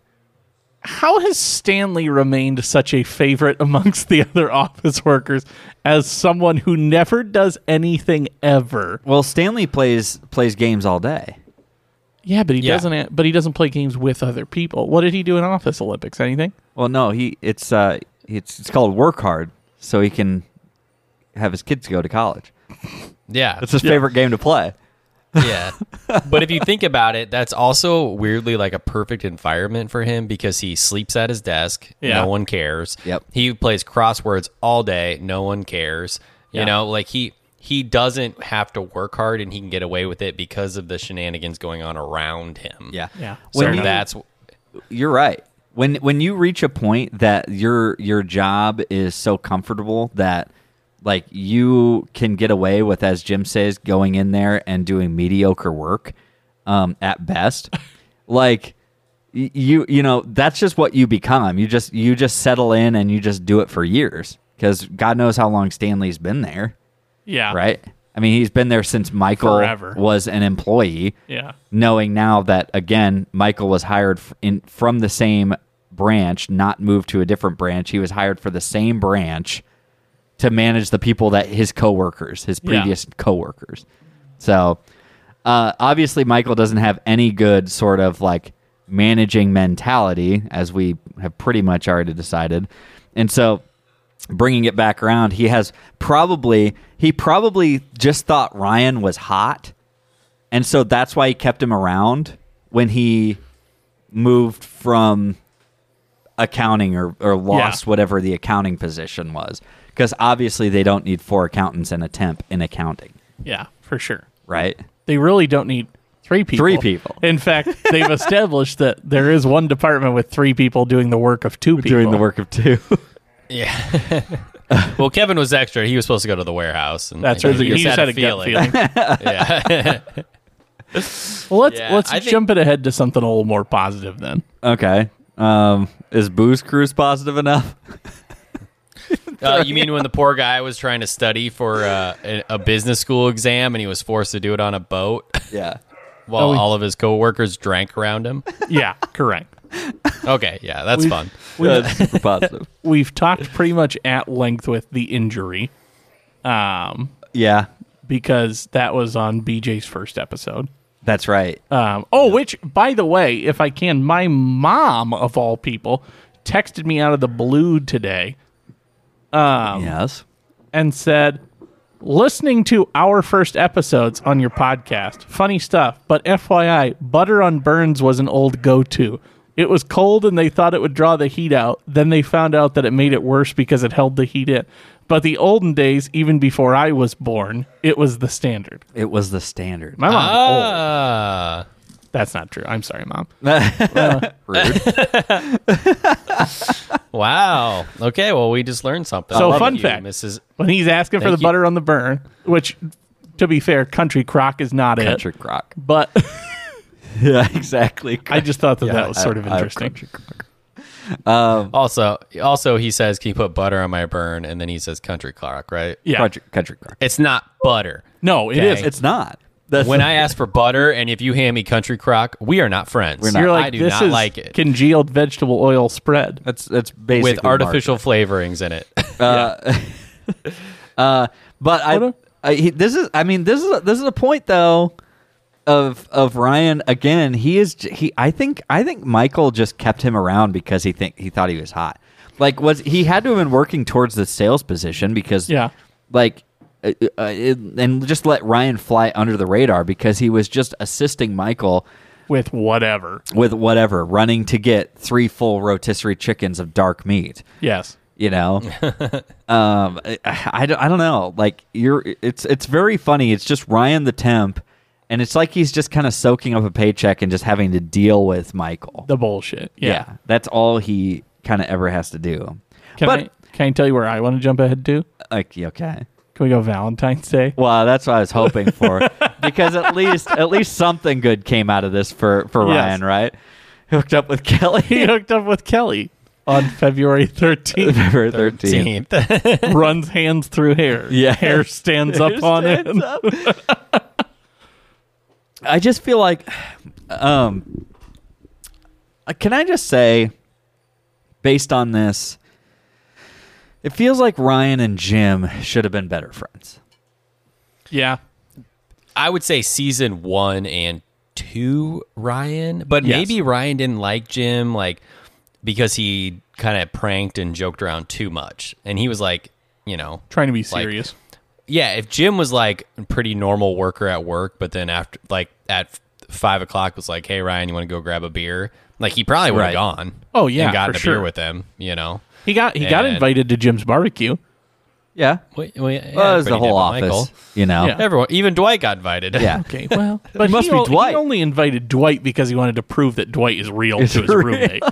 Speaker 2: how has Stanley remained such a favorite amongst the other *laughs* office workers as someone who never does anything ever?
Speaker 1: Well, Stanley plays plays games all day.
Speaker 2: Yeah, but he
Speaker 3: Yeah.
Speaker 2: doesn't. But he doesn't play games with other people. What did he do in Office Olympics? Anything?
Speaker 1: Well, no, he it's uh it's it's called work hard so he can have his kids go to college.
Speaker 3: Yeah.
Speaker 1: That's his favorite game to play.
Speaker 2: *laughs*
Speaker 3: yeah. But if you think about it, that's also weirdly like a perfect environment for him because he sleeps at his desk.
Speaker 2: Yeah.
Speaker 3: No one cares.
Speaker 1: Yep.
Speaker 3: He plays crosswords all day. No one cares.
Speaker 1: Yeah.
Speaker 3: You know, like he he doesn't have to work hard and he can get away with it because of the shenanigans going on around him.
Speaker 2: Yeah.
Speaker 3: So
Speaker 1: When you-
Speaker 3: that's
Speaker 1: You're right. When when you reach a point that your your job is so comfortable that like you can get away with, as Jim says, going in there and doing mediocre work um, at best. *laughs* like y- you you know that's just what you become. You just you just settle in and you just do it for years because God knows how long Stanley's been there,
Speaker 2: Yeah.
Speaker 1: right? I mean, he's been there since Michael
Speaker 2: Forever.
Speaker 1: was an employee
Speaker 2: Yeah.
Speaker 1: knowing now that again Michael was hired f- in from the same branch, not moved to a different branch. He was hired for the same branch to manage the people that his coworkers, his
Speaker 2: Yeah.
Speaker 1: previous coworkers. So uh, obviously Michael doesn't have any good sort of like managing mentality, as we have pretty much already decided, and so bringing it back around he has probably he probably just thought ryan was hot and so that's why he kept him around when he moved from accounting or, or lost
Speaker 2: Yeah.
Speaker 1: whatever the accounting position was. Because obviously they don't need four accountants and a temp in accounting,
Speaker 2: Yeah. For sure.
Speaker 1: right?
Speaker 2: They really don't need three people.
Speaker 1: Three people.
Speaker 2: In fact,
Speaker 1: *laughs*
Speaker 2: they've established that there is one department with three people doing the work of two people.
Speaker 1: Doing the work of two.
Speaker 3: yeah. well, Kevin was extra. He was supposed to go to the warehouse. And
Speaker 2: That's
Speaker 3: and
Speaker 2: right. He just had, a gut feeling.
Speaker 1: *laughs*
Speaker 3: yeah.
Speaker 2: *laughs*
Speaker 3: *laughs*
Speaker 2: Well, let's
Speaker 3: Yeah,
Speaker 2: let's
Speaker 3: I think-
Speaker 2: jump it ahead to something a little more positive then.
Speaker 1: *laughs* okay. Um, is booze cruise positive enough?
Speaker 3: Uh, you mean when the poor guy was trying to study for uh, a, a business school exam and he was forced to do it on a boat
Speaker 1: *laughs*
Speaker 3: *laughs*
Speaker 1: Yeah.
Speaker 3: while
Speaker 2: Oh, he-
Speaker 3: all of his coworkers drank around him?
Speaker 2: *laughs* Yeah, correct.
Speaker 3: Okay, yeah, that's
Speaker 2: *laughs*
Speaker 3: fun.
Speaker 1: That's super positive.
Speaker 2: We've talked pretty much at length with the injury, um,
Speaker 1: Yeah.
Speaker 2: because that was on BJ's first episode.
Speaker 1: That's right.
Speaker 2: Um, oh, which, by the way, if I can, my mom of all people texted me out of the blue today Um,
Speaker 1: yes.
Speaker 2: and said, "Listening to our first episodes on your podcast, funny stuff. But FYI, butter on burns was an old go-to. It was cold, and they thought it would draw the heat out. Then they found out that it made it worse because it held the heat in. But the olden days, even before I was born, it was the standard.
Speaker 1: It was the standard. *laughs*
Speaker 2: My mom,
Speaker 3: Ah,
Speaker 2: that's not true. I'm sorry, mom. *laughs*
Speaker 1: Rude.
Speaker 3: wow. Okay, well, we just learned something.
Speaker 2: So,
Speaker 3: Thank
Speaker 2: fun
Speaker 3: you,
Speaker 2: fact.
Speaker 3: Mrs.
Speaker 2: When he's asking for
Speaker 3: Thank
Speaker 2: the
Speaker 3: you.
Speaker 2: butter on the burn, which, to be fair, country crock is not
Speaker 1: Country
Speaker 2: it.
Speaker 1: crock.
Speaker 2: But
Speaker 1: *laughs* Yeah, exactly.
Speaker 2: I just thought that
Speaker 1: Yeah,
Speaker 2: that was sort
Speaker 1: I-
Speaker 2: of
Speaker 1: I-
Speaker 2: interesting.
Speaker 1: country crock.
Speaker 3: Also, also, he says, "Can you put butter on my burn?" And then he says, "Country clock," right?
Speaker 2: yeah.
Speaker 1: Country, country crock.
Speaker 3: It's not butter.
Speaker 2: No, it
Speaker 3: Okay.
Speaker 2: is.
Speaker 1: It's not. That's
Speaker 3: When I ask for butter, and if you hand me country crock, we are not friends.
Speaker 1: We're not.
Speaker 2: You're
Speaker 1: I
Speaker 2: like
Speaker 3: do
Speaker 2: this
Speaker 3: not
Speaker 2: is
Speaker 3: like it.
Speaker 2: congealed vegetable oil spread.
Speaker 1: That's that's basically Uh,
Speaker 3: with artificial flavorings in it. *laughs*
Speaker 1: *laughs* But I,
Speaker 2: What
Speaker 1: I he, this is I mean this is a, this is a point though of of Ryan again. He is j- he I think I think Michael just kept him around because he think he thought he was hot. Like was he had to have been working towards the sales position because
Speaker 2: Yeah.
Speaker 1: like. Uh, uh, it- and just let Ryan fly under the radar because he was just assisting Michael
Speaker 2: with whatever.
Speaker 1: with whatever, running to get three full rotisserie chickens of dark meat.
Speaker 2: Yes.
Speaker 1: you
Speaker 2: *laughs*
Speaker 1: know um I, I, don't- I don't know like you're it's it's very funny it's just ryan the temp and it's like he's just kind of soaking up a paycheck and just having to deal with michael
Speaker 2: The bullshit. Yeah.
Speaker 1: that's all he kind of ever has to do
Speaker 2: Can
Speaker 1: but
Speaker 2: I can I tell you where I want to jump ahead to?
Speaker 1: like okay
Speaker 2: Can we go Valentine's Day? *laughs*
Speaker 1: well that's what i was hoping for because at least at least something good came out of this for for
Speaker 2: Yes.
Speaker 1: ryan right hooked up with
Speaker 2: *laughs* He
Speaker 1: *laughs* kelly
Speaker 2: hooked up with Kelly on February *laughs*
Speaker 1: *laughs*
Speaker 2: 13th.
Speaker 1: February 13th
Speaker 2: *laughs* runs hands through hair.
Speaker 1: Yeah.
Speaker 2: Hair stands up on it.
Speaker 1: Stands *laughs* up. I just feel like, um, uh, can I just say, based on this, it feels like Ryan and Jim should have been better friends.
Speaker 2: Yeah.
Speaker 3: I would say season one and two, Ryan. But
Speaker 2: Yes.
Speaker 3: maybe Ryan didn't like Jim, like because he kind of pranked and joked around too much, and he was like, you know,
Speaker 2: Trying to be
Speaker 3: Like-
Speaker 2: serious.
Speaker 3: yeah. If Jim was like a pretty normal worker at work, but then after like at f- five o'clock was like, hey Ryan, you want to go grab a beer? Like he probably would have
Speaker 1: Right.
Speaker 3: gone.
Speaker 2: Oh, yeah,
Speaker 3: and gotten
Speaker 2: for
Speaker 3: a
Speaker 2: sure.
Speaker 3: beer with them. You know.
Speaker 2: he got he got
Speaker 3: and-
Speaker 2: invited to Jim's barbecue.
Speaker 1: Yeah.
Speaker 3: Well, well, yeah,
Speaker 1: Well, it was the
Speaker 3: everybody did,
Speaker 1: whole
Speaker 3: but
Speaker 1: office,
Speaker 3: Michael-
Speaker 1: you know.
Speaker 2: Yeah.
Speaker 3: Everyone, even Dwight got invited.
Speaker 1: Yeah.
Speaker 2: Okay, *laughs* well, but
Speaker 1: must
Speaker 2: he,
Speaker 1: be
Speaker 2: o-
Speaker 1: Dwight.
Speaker 2: he only invited Dwight because he wanted to prove that Dwight is real to his
Speaker 1: real.
Speaker 2: roommate.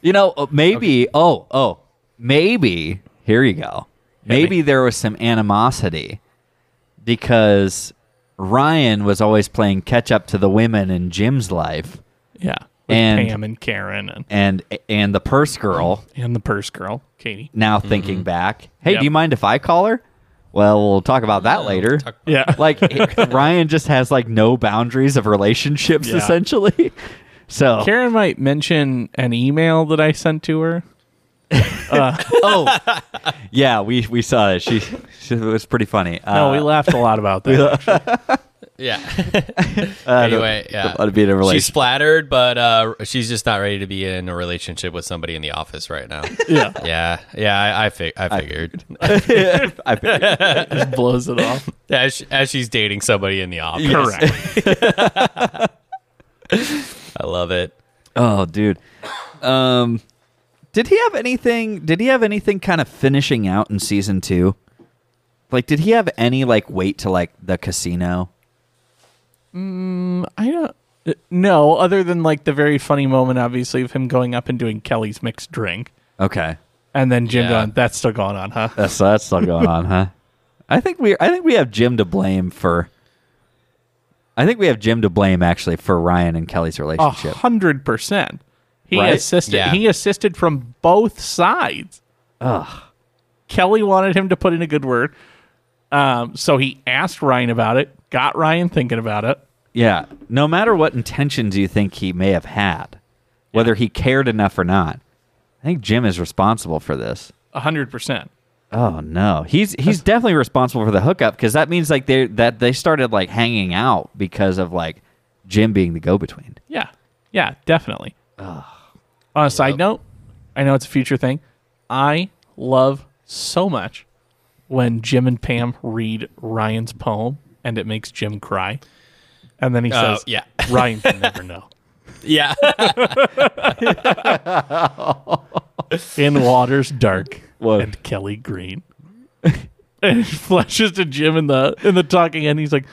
Speaker 1: You know, uh, maybe. Oh, oh, maybe. Here you go. Maybe there was some animosity because Ryan was always playing catch up to the women in Jim's life,
Speaker 2: Yeah, with
Speaker 1: And-
Speaker 2: Pam and Karen and,
Speaker 1: and and the purse girl.
Speaker 2: and the purse girl, Katie.
Speaker 1: Now thinking back, hey,
Speaker 2: Mm-hmm. Yep.
Speaker 1: do you mind if I call her? Well, we'll talk about that later.
Speaker 3: *laughs* Talk-
Speaker 2: *laughs* Yeah,
Speaker 1: *laughs* like it- Ryan just has like no boundaries of relationships
Speaker 2: Yeah.
Speaker 1: essentially. So
Speaker 2: Karen might mention an email that I sent to her.
Speaker 1: oh yeah, we we saw it. She, she it was pretty funny.
Speaker 2: No,
Speaker 1: Uh,
Speaker 2: Oh, we laughed a lot about that.
Speaker 3: Yeah.
Speaker 1: uh, the-
Speaker 3: anyway, yeah.
Speaker 1: the- be in a
Speaker 3: She's *laughs*
Speaker 1: relationship.
Speaker 3: splattered, but uh, she's just not ready to be in a relationship with somebody in the office
Speaker 1: *laughs*
Speaker 3: right now.
Speaker 2: yeah,
Speaker 3: yeah, yeah, I, I, fig- I figured.
Speaker 1: I figured.
Speaker 2: just blows it off.
Speaker 3: as, she- as she's dating somebody in the office,
Speaker 2: Correct.
Speaker 3: I love it.
Speaker 1: *laughs* oh, dude. Um, did he have anything? Did he have anything kind of finishing out in season two? Like, did he have any like wait to like the casino?
Speaker 2: I don't. uh, No, other than like the very funny moment, obviously, of him going up and doing Kelly's mixed drink,
Speaker 1: Okay,
Speaker 2: and then Jim
Speaker 3: Yeah.
Speaker 2: going, "That's still going on, huh?"
Speaker 1: that's that's still going on, huh? I think we I think we have Jim to blame for. I think we have Jim to blame actually for Ryan and Kelly's
Speaker 2: A
Speaker 1: relationship.
Speaker 2: hundred percent. He
Speaker 1: Right?
Speaker 2: assisted.
Speaker 3: Yeah.
Speaker 2: He assisted from both sides. Kelly wanted him to put in a good word, um, so he asked Ryan about it. Got Ryan thinking about it.
Speaker 1: Yeah. No matter what intentions you think he may have had, whether he cared enough or not, I think Jim is responsible for this.
Speaker 2: A hundred percent.
Speaker 1: Oh no, he's he's definitely responsible for the hookup because that means like they that they started like hanging out because of like Jim being the go-between.
Speaker 2: Yeah. Yeah. Definitely. On a side note, I know it's a future thing. I love so much when Jim and Pam read Ryan's poem and it makes Jim cry, and then he
Speaker 3: Oh,
Speaker 2: says,
Speaker 3: yeah.
Speaker 2: Ryan can
Speaker 3: *laughs*
Speaker 2: never know."
Speaker 3: Yeah,
Speaker 2: In waters dark
Speaker 1: What?
Speaker 2: and Kelly Green. *laughs* and it flashes to Jim in the in the talking end. He's like,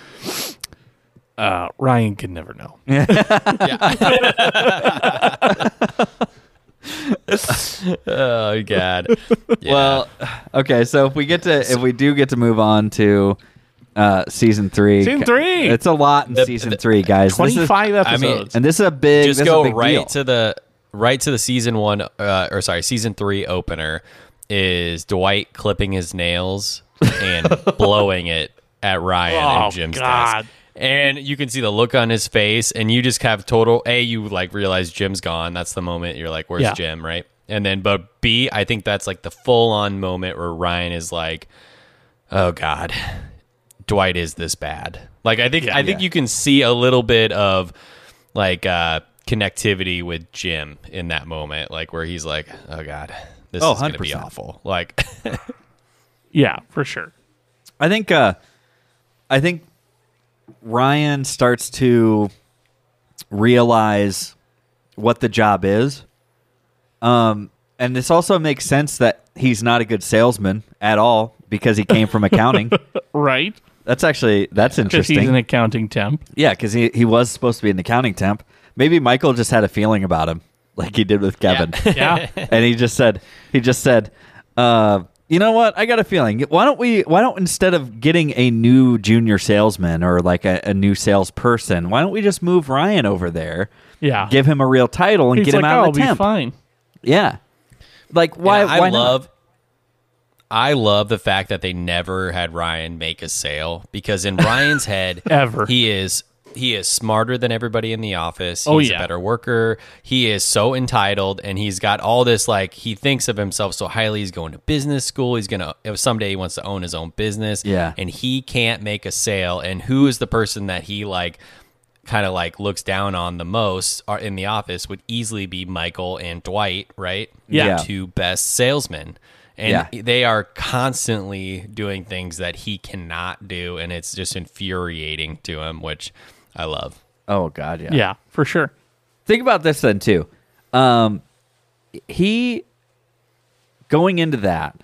Speaker 2: uh, Ryan can
Speaker 1: *laughs*
Speaker 2: never know.
Speaker 3: *laughs* oh god. Yeah.
Speaker 1: Well, Uh, okay, so if we get to if we do get to move on to uh season 3.
Speaker 2: Season three!
Speaker 1: It's a lot in
Speaker 3: The-
Speaker 1: season
Speaker 3: the-
Speaker 1: 3, guys. This is-
Speaker 2: Twenty five
Speaker 3: I mean,
Speaker 2: episodes.
Speaker 1: and this is a big
Speaker 3: just
Speaker 1: this is a
Speaker 3: go
Speaker 1: big
Speaker 3: right
Speaker 1: deal.
Speaker 3: to the right to the season one uh, or sorry season three opener is dwight clipping his nails
Speaker 1: *laughs*
Speaker 3: and blowing it at ryan
Speaker 2: Oh,
Speaker 3: and jim's
Speaker 2: God.
Speaker 3: desk and you can see the look on his face and you just have total a you like realize jim's gone that's the moment you're like where's
Speaker 2: Yeah.
Speaker 3: jim right and then but b i think that's like the full on moment where ryan is like oh god Dwight is this bad. Like I think I think you can see a little bit of like uh connectivity with Jim in that moment, like where he's like, "Oh God, this
Speaker 1: Oh,
Speaker 3: is going to be
Speaker 1: 100%.
Speaker 3: awful." Like, *laughs*
Speaker 2: yeah, for sure.
Speaker 1: I think uh I think Ryan starts to realize what the job is. Um and this also makes sense that he's not a good salesman at all because he came from
Speaker 2: *laughs*
Speaker 1: accounting.
Speaker 2: Right?
Speaker 1: that's actually that's
Speaker 2: Because he's an
Speaker 1: interesting.
Speaker 2: accounting temp.
Speaker 1: Yeah, cuz he he was supposed to be an accounting temp. Maybe Michael just had a feeling about him like he did with
Speaker 2: *laughs*
Speaker 1: Kevin.
Speaker 2: Yeah.
Speaker 1: and he just said he just said uh, you know what i got a feeling why don't we why don't instead of getting a new junior salesman or like a, a new salesperson why don't we just move ryan over there
Speaker 2: yeah.
Speaker 1: give him a real title and
Speaker 2: he's
Speaker 1: get
Speaker 2: like,
Speaker 1: him out
Speaker 2: oh,
Speaker 1: of the
Speaker 2: I'll be
Speaker 1: temp
Speaker 2: fine.
Speaker 1: yeah like why
Speaker 3: And I
Speaker 1: why
Speaker 3: love, I love the
Speaker 1: *laughs*
Speaker 3: fact that they never had Ryan make a sale because in Ryan's head,
Speaker 2: Ever.
Speaker 3: he is he is smarter than everybody in the office. He's
Speaker 2: Oh, yeah.
Speaker 3: a better worker. He is so entitled and he's got all this like he thinks of himself so highly. He's going to business school. He's gonna if someday he wants to own his own business.
Speaker 1: Yeah.
Speaker 3: And he can't make a sale. And who is the person that he like kind of like looks down on the most are in the office would easily be Michael and Dwight, right?
Speaker 1: Yeah.
Speaker 3: The Two best salesmen. And
Speaker 1: Yeah.
Speaker 3: they are constantly doing things that he cannot do and it's just infuriating to him, which I love.
Speaker 1: Oh God, yeah.
Speaker 2: Yeah, for sure.
Speaker 1: Think about this then too. Um, he going into that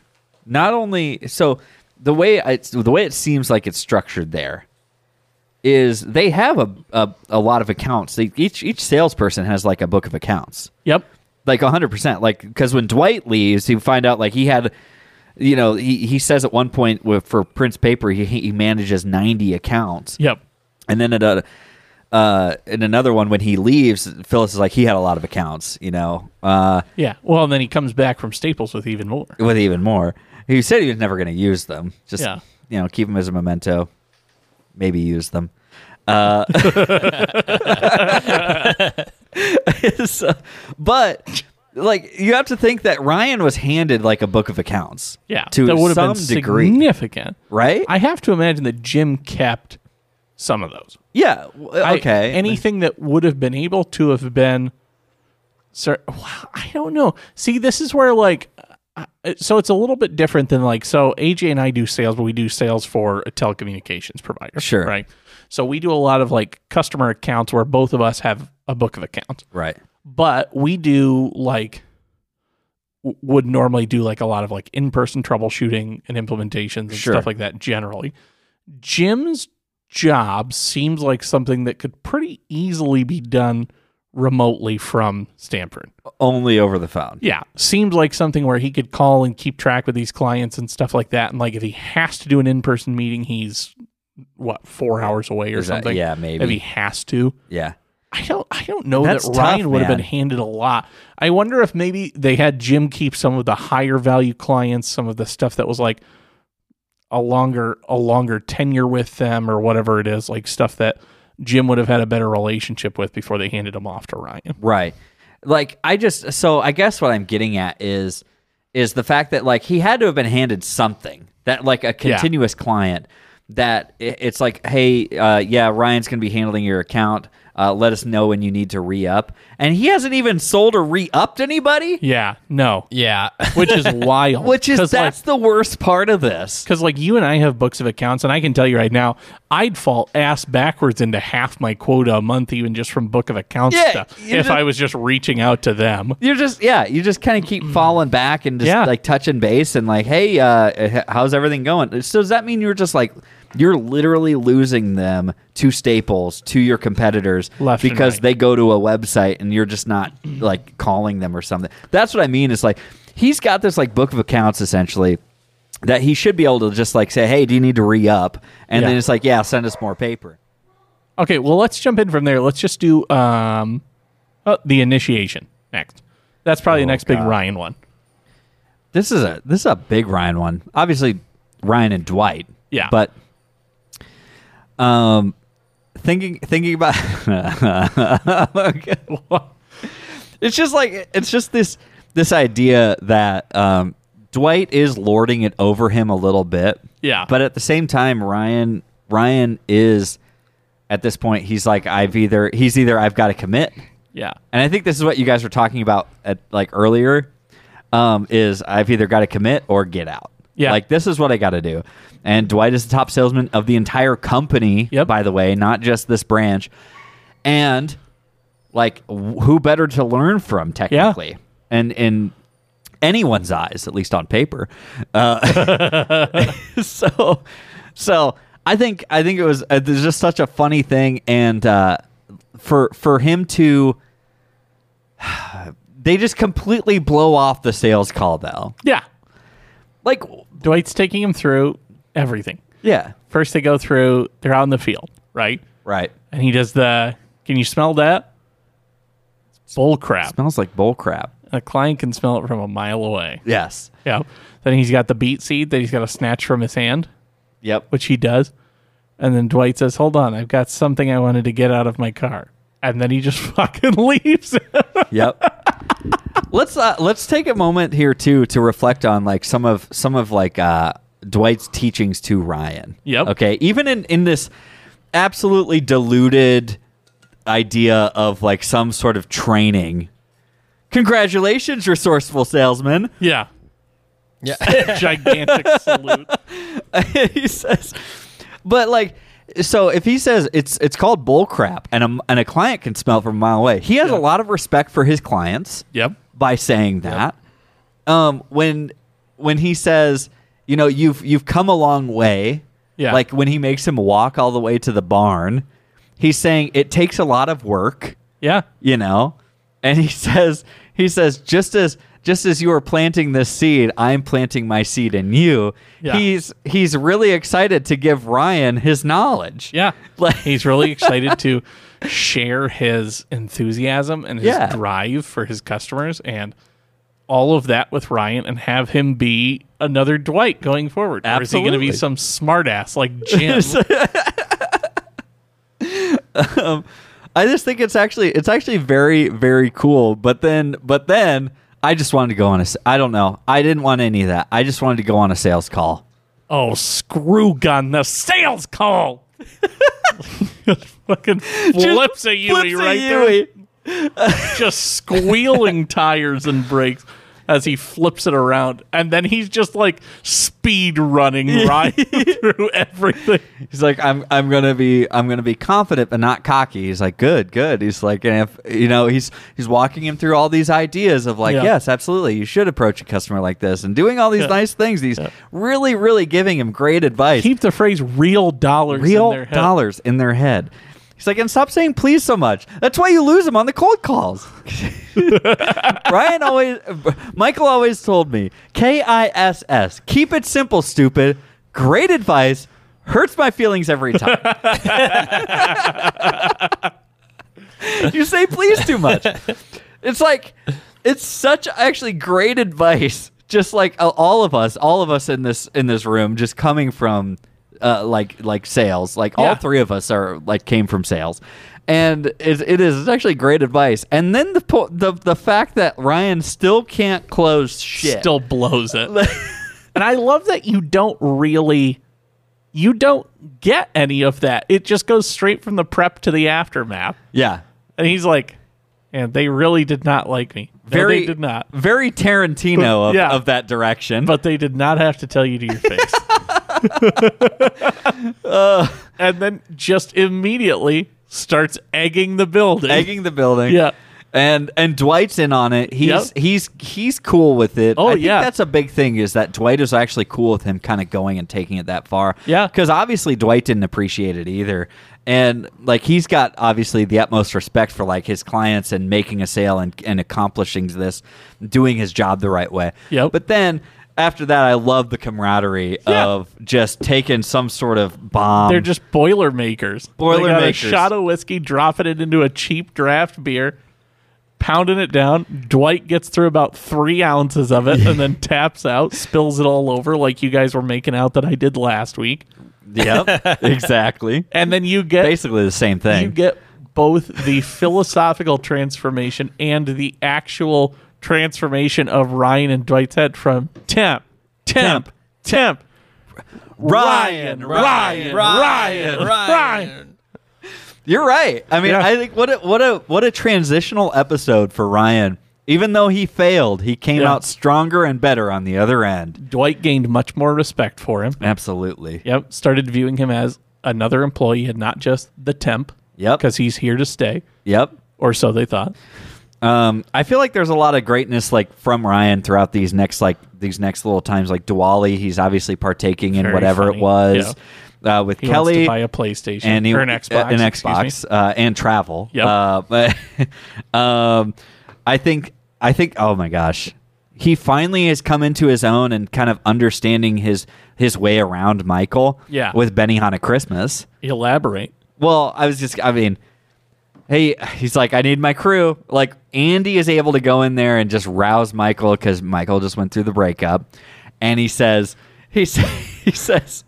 Speaker 1: not only so the way it's the way it seems like it's structured there is they have a a, a lot of accounts. They, each each salesperson has like a book of accounts.
Speaker 2: Yep.
Speaker 1: like 100% like because when dwight leaves you find out like he had you know he, he says at one point with, for prince paper he, he manages 90 accounts
Speaker 2: Yep.
Speaker 1: and then at a, uh, in another one when he leaves phyllis is like he had a lot of accounts you know uh,
Speaker 2: Yeah. Well, and then he comes back from Staples with even more.
Speaker 1: with even more he said he was never going to use them just
Speaker 2: Yeah.
Speaker 1: you know keep them as a memento maybe use them uh, *laughs* so- but like you have to think that ryan was handed like a book of accounts
Speaker 2: Yeah.
Speaker 1: to
Speaker 2: that would
Speaker 1: some
Speaker 2: have been
Speaker 1: degree
Speaker 2: significant.
Speaker 1: right
Speaker 2: I have to imagine that Jim kept some of those.
Speaker 1: yeah w-
Speaker 2: I-
Speaker 1: okay
Speaker 2: anything that would have been able to have been. Sir, wow, I don't know. See, this is where like, I- so it's a little bit different than like, so AJ and I do sales, but we do sales for a telecommunications provider.
Speaker 1: Sure.
Speaker 2: Right. So we do a lot of like customer accounts where both of us have a book of accounts,
Speaker 1: right
Speaker 2: but we do like, w- would normally do like a lot of like in person troubleshooting and implementations and
Speaker 1: Sure.
Speaker 2: stuff like that generally. Jim's job seems like something that could pretty easily be done remotely from Stanford.
Speaker 1: only over the phone
Speaker 2: Yeah, seems like something where he could call and keep track with these clients and stuff like that. And like if he has to do an in person meeting, he's what four hours away or
Speaker 1: Is that-
Speaker 2: something.
Speaker 1: yeah, maybe.
Speaker 2: if he has to.
Speaker 1: yeah
Speaker 2: I don't I don't know
Speaker 1: That's
Speaker 2: that
Speaker 1: tough,
Speaker 2: Ryan would have
Speaker 1: man.
Speaker 2: been handed a lot. I wonder if maybe they had Jim keep some of the higher value clients, some of the stuff that was like a longer a longer tenure with them or whatever it is, like stuff that Jim would have had a better relationship with before they handed him off to Ryan.
Speaker 1: Right. Like I just so I guess what I'm getting at is is the fact that like he had to have been handed something that like a continuous client that i- it's like hey uh, yeah Ryan's gonna be handling your account uh, let us know when you need to re up and he hasn't even sold or re upped anybody
Speaker 2: Yeah, no.
Speaker 1: *laughs*
Speaker 3: Yeah. *laughs*
Speaker 2: Which is wild.
Speaker 1: which is
Speaker 2: 'Cause, like,
Speaker 1: that's the worst part of this
Speaker 2: Because like you and I have books of accounts, and I can tell you right now, I'd fall ass backwards into half my quota a month, even just from book of accounts
Speaker 1: Yeah,
Speaker 2: stuff,
Speaker 1: you
Speaker 2: if
Speaker 1: just-
Speaker 2: I was just reaching out to them.
Speaker 1: you're just yeah you just kind of
Speaker 2: *clears throat*
Speaker 1: keep falling back and just
Speaker 2: Yeah.
Speaker 1: like touching base and like hey uh h- how's everything going so does that mean you're just like you're literally losing them to staples to your competitors
Speaker 2: Left and
Speaker 1: because
Speaker 2: right.
Speaker 1: they go to a website and you're just
Speaker 2: *clears throat*
Speaker 1: not like calling them or something that's what i mean it's like he's got this like book of accounts essentially that he should be able to just like say hey do you need to re-up and
Speaker 2: Yeah.
Speaker 1: then it's like yeah send us more paper
Speaker 2: Okay, well let's jump in from there. Let's just do um, oh, the initiation next. That's probably the next big Ryan one.
Speaker 1: This is a this is a big Ryan one. Obviously, Ryan and Dwight.
Speaker 2: Yeah.
Speaker 1: But um, thinking thinking about *laughs* it's just like it's just this this idea that um, Dwight is lording it over him a little bit.
Speaker 2: Yeah.
Speaker 1: But at the same time, Ryan Ryan is at this point he's like I've either he's either I've got to commit
Speaker 2: Yeah,
Speaker 1: and I think this is what you guys were talking about at like earlier. Um, is I've either got to commit or get out.
Speaker 2: Yeah.
Speaker 1: Like this is what I got to do. And Dwight is the top salesman of the entire company.
Speaker 2: Yep.
Speaker 1: By the way, not just this branch. And like, wh- who better to learn from technically? And in anyone's eyes, at least on paper. Uh, *laughs* so, so I think I think it was uh, there's just such a funny thing, and uh, for for him to. *sighs* They just completely blow off the sales call, though.
Speaker 2: yeah.
Speaker 1: Like,
Speaker 2: Dwight's taking him through everything.
Speaker 1: yeah,
Speaker 2: First they go through. They're out in the field, right?
Speaker 1: right.
Speaker 2: And he does the. Can you smell that? It's bull crap.
Speaker 1: Smells like bull crap.
Speaker 2: A client can smell it from a mile away.
Speaker 1: Yes.
Speaker 2: Yeah. Then he's got the beet seed that he's got to snatch from his hand,
Speaker 1: Yep.
Speaker 2: which he does. And then Dwight says, Hold on, I've got something I wanted to get out of my car. And then he just *laughs* fucking leaves.
Speaker 1: Yep. *laughs* let's uh, let's take a moment here too to reflect on like some of some of like uh, Dwight's teachings to Ryan.
Speaker 2: Yep.
Speaker 1: Okay. Even in in this absolutely diluted idea of like some sort of training. Congratulations, resourceful salesman. *laughs*
Speaker 2: yeah.
Speaker 3: Yeah.
Speaker 2: *laughs* Gigantic salute.
Speaker 1: he says, but like, so if he says it's it's called bull crap, and a, and a client can smell from a mile away, he has
Speaker 2: Yeah.
Speaker 1: a lot of respect for his clients
Speaker 2: Yep.
Speaker 1: by saying that. Um, when when he says, you know, you've you've come a long way.
Speaker 2: Yeah.
Speaker 1: Like when he makes him walk all the way to the barn, he's saying it takes a lot of work,
Speaker 2: Yeah.
Speaker 1: you know. And he *laughs* says he says just as just as you are planting this seed, I'm planting my seed in you.
Speaker 2: Yeah.
Speaker 1: He's he's really excited to give Ryan his knowledge.
Speaker 2: Yeah.
Speaker 1: Like-
Speaker 2: *laughs* He's really excited to share his enthusiasm and his
Speaker 1: Yeah.
Speaker 2: drive for his customers and all of that with Ryan and have him be another Dwight going forward. Or is he going to be
Speaker 1: Absolutely.
Speaker 2: some
Speaker 1: *laughs*
Speaker 2: smartass like Jim?
Speaker 1: I just think it's actually it's actually very very cool. But then but then I just wanted to go on a s- I don't know I didn't want any of that. I just wanted to go on a sales call.
Speaker 2: oh, screw gun, the
Speaker 1: *laughs*
Speaker 2: sales call. *laughs* fucking flips a Yui
Speaker 1: Flipsy
Speaker 2: right there.
Speaker 1: Yui.
Speaker 2: just squealing *laughs* tires and brakes as he flips it around. And then he's just like speed *laughs* running right through everything.
Speaker 1: He's like I'm I'm gonna be I'm gonna be confident but not cocky. He's like good good. He's like and if you know he's he's walking him through all these ideas of like
Speaker 2: Yeah.
Speaker 1: yes absolutely you should approach a customer like this and doing all these
Speaker 2: Yeah.
Speaker 1: nice things. He's really really giving him great advice.
Speaker 2: Keep the phrase real dollars in
Speaker 1: real
Speaker 2: their head.
Speaker 1: dollars in their head. He's like, and stop saying please so much. That's why you lose them on the cold calls. *laughs* Ryan always, Michael always told me, K I S S, keep it simple, stupid. Great advice. Hurts my feelings every time. *laughs* you say please too
Speaker 2: *laughs*
Speaker 1: much. It's like, it's such actually great advice. Just like uh, all of us, all of us in this in this room, just coming from uh, like like sales. Like
Speaker 2: Yeah.
Speaker 1: all three of us are like came from sales, and it, it is it's actually great advice. And then the po- the the fact that Ryan still can't close shit.
Speaker 2: Still blows it. *laughs* and I love that you don't really you don't get any of that. It just goes straight from the prep to the aftermath.
Speaker 1: yeah,
Speaker 2: And he's like, and they really did not like me. No,
Speaker 1: very
Speaker 2: they did not.
Speaker 1: very Tarantino of,
Speaker 2: Yeah.
Speaker 1: of that direction.
Speaker 2: but they did not have to tell you to your
Speaker 1: *laughs*
Speaker 2: face. and then just immediately starts egging the building.
Speaker 1: egging the building.
Speaker 2: Yeah.
Speaker 1: And and Dwight's in on it. He's
Speaker 2: Yep.
Speaker 1: he's he's cool with it.
Speaker 2: Oh,
Speaker 1: I think
Speaker 2: yeah.
Speaker 1: that's a big thing is that Dwight is actually cool with him kind of going and taking it that far.
Speaker 2: Yeah.
Speaker 1: Because obviously Dwight didn't appreciate it either. And like he's got obviously the utmost respect for like his clients and making a sale and, and accomplishing this, doing his job the right way.
Speaker 2: Yep.
Speaker 1: But then after that I love the camaraderie
Speaker 2: Yeah.
Speaker 1: of just taking some sort of bomb.
Speaker 2: They're just boiler makers.
Speaker 1: Boiler
Speaker 2: they got
Speaker 1: makers.
Speaker 2: A shot of whiskey, dropping it into a cheap draft beer, pounding it down. Dwight gets through about three ounces of it and then taps out, spills it all over like you guys were making out that I did last week. *laughs*
Speaker 1: Yep. exactly.
Speaker 2: And then you get
Speaker 1: Basically the same thing.
Speaker 2: You get both the philosophical transformation and the actual transformation of Ryan and Dwight's head from temp, temp, temp, Ryan, Ryan, Ryan, Ryan, Ryan.
Speaker 1: You're right. I mean,
Speaker 2: Yeah.
Speaker 1: I think what a, what a what a transitional episode for Ryan. Even though he failed, he came
Speaker 2: Yeah.
Speaker 1: out stronger and better on the other end.
Speaker 2: Dwight gained much more respect for him.
Speaker 1: Absolutely.
Speaker 2: Yep, started viewing him as another employee and not just the temp.
Speaker 1: Yep.
Speaker 2: because he's here to stay,
Speaker 1: Yep.
Speaker 2: or so they thought.
Speaker 1: Um, I feel like there's a lot of greatness like from Ryan throughout these next like these next little times like Diwali. He's obviously partaking in
Speaker 2: Very
Speaker 1: whatever
Speaker 2: funny.
Speaker 1: it was uh, with
Speaker 2: He
Speaker 1: Kelly.
Speaker 2: wants to buy a PlayStation
Speaker 1: and he, uh,
Speaker 2: or an Xbox,
Speaker 1: an
Speaker 2: excuse me.
Speaker 1: Xbox, uh, and travel.
Speaker 2: Yep.
Speaker 1: Uh, but *laughs* um, I think I think oh my gosh, he finally has come into his own and kind of understanding his his way around Michael.
Speaker 2: Yeah.
Speaker 1: With Benihana Christmas.
Speaker 2: Elaborate. *laughs*
Speaker 1: Well, I was just I mean. Hey, he's like, I need my crew. Like, Andy is able to go in there and just rouse Michael because Michael just went through *laughs* the breakup. And he says, he, sa- he says,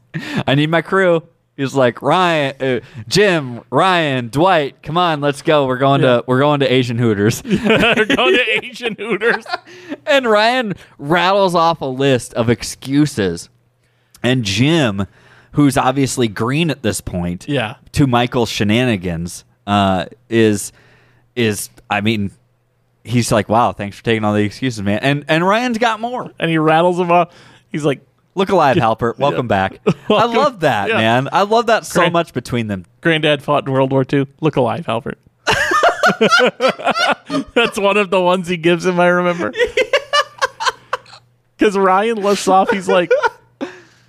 Speaker 1: I need my crew. He's like Ryan, uh, Jim, Ryan, Dwight. Come on, let's go. We're going to we're going to Asian Hooters.
Speaker 2: They're going to Asian Hooters.
Speaker 1: and Ryan rattles off a list of excuses, and Jim, who's obviously green at this point,
Speaker 2: Yeah.
Speaker 1: to Michael's shenanigans uh, is is I mean he's like wow thanks for taking all the excuses man and and Ryan's got more
Speaker 2: And he rattles them off. He's like,
Speaker 1: look alive Halpert welcome back
Speaker 2: *laughs* Welcome.
Speaker 1: I love that
Speaker 2: Yeah.
Speaker 1: man I love that so
Speaker 2: Great.
Speaker 1: much between them
Speaker 2: Granddad fought in World War II. Look alive, Albert. *laughs* That's one of the ones he gives him, I remember. Because Ryan lifts off. He's like,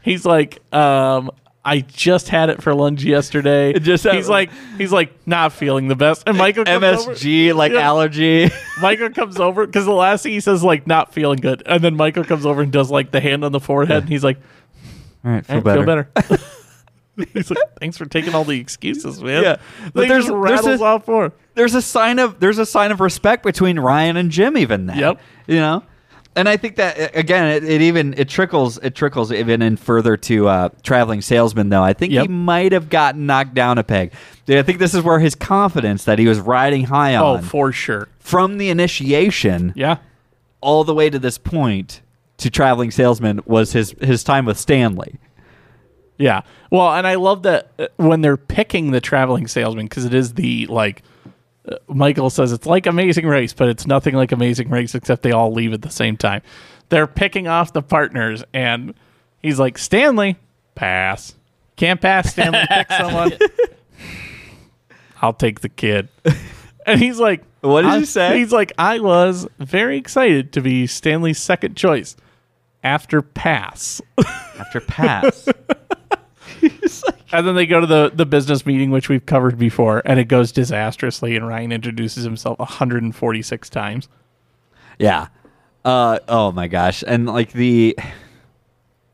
Speaker 2: he's like, um, I just had it for lunch yesterday.
Speaker 1: just
Speaker 2: he's
Speaker 1: happened.
Speaker 2: like, he's like, not feeling the best. And Michael comes over.
Speaker 1: MSG like
Speaker 2: Yeah.
Speaker 1: allergy *laughs*
Speaker 2: Michael comes over because the last thing he says is like not feeling good, and then Michael comes over and does like the hand on the forehead, and he's like,
Speaker 1: all right
Speaker 2: "I
Speaker 1: feel better.
Speaker 2: feel better."
Speaker 1: *laughs*
Speaker 2: *laughs* he's like, "Thanks for taking all the excuses, man."
Speaker 1: Yeah. But
Speaker 2: but
Speaker 1: there's-
Speaker 2: there's
Speaker 1: there's
Speaker 2: rattles
Speaker 1: this-
Speaker 2: off for. him.
Speaker 1: there's a sign of there's a sign of respect between Ryan and Jim even then.
Speaker 2: Yep.
Speaker 1: You know? And I think that a- again, it, it even it trickles it trickles even in further to uh, traveling salesman though. I think
Speaker 2: Yep.
Speaker 1: he might have gotten knocked down a peg. I think this is where his confidence that he was riding high
Speaker 2: Oh,
Speaker 1: on
Speaker 2: for sure.
Speaker 1: from the initiation
Speaker 2: Yeah,
Speaker 1: all the way to this point to traveling salesman was his his time with Stanley.
Speaker 2: yeah. Well, and I love that uh, when they're picking the traveling salesman because it is the like. uh, Michael says it's like Amazing Race, but it's nothing like Amazing Race except they all leave at the same time. They're picking off the partners, and he's like, Stanley, pass. Can't pass, Stanley.
Speaker 1: *laughs*
Speaker 2: Pick someone. I'll take the kid. *laughs* And he's like,
Speaker 1: What did
Speaker 2: I-
Speaker 1: you say?
Speaker 2: He's like, I was very excited to be Stanley's second choice after pass.
Speaker 1: After pass.
Speaker 2: And then they go to the, the business meeting, which we've covered before, and it goes disastrously. And Ryan introduces himself 146 times.
Speaker 1: Yeah. Uh, oh my gosh. And like the,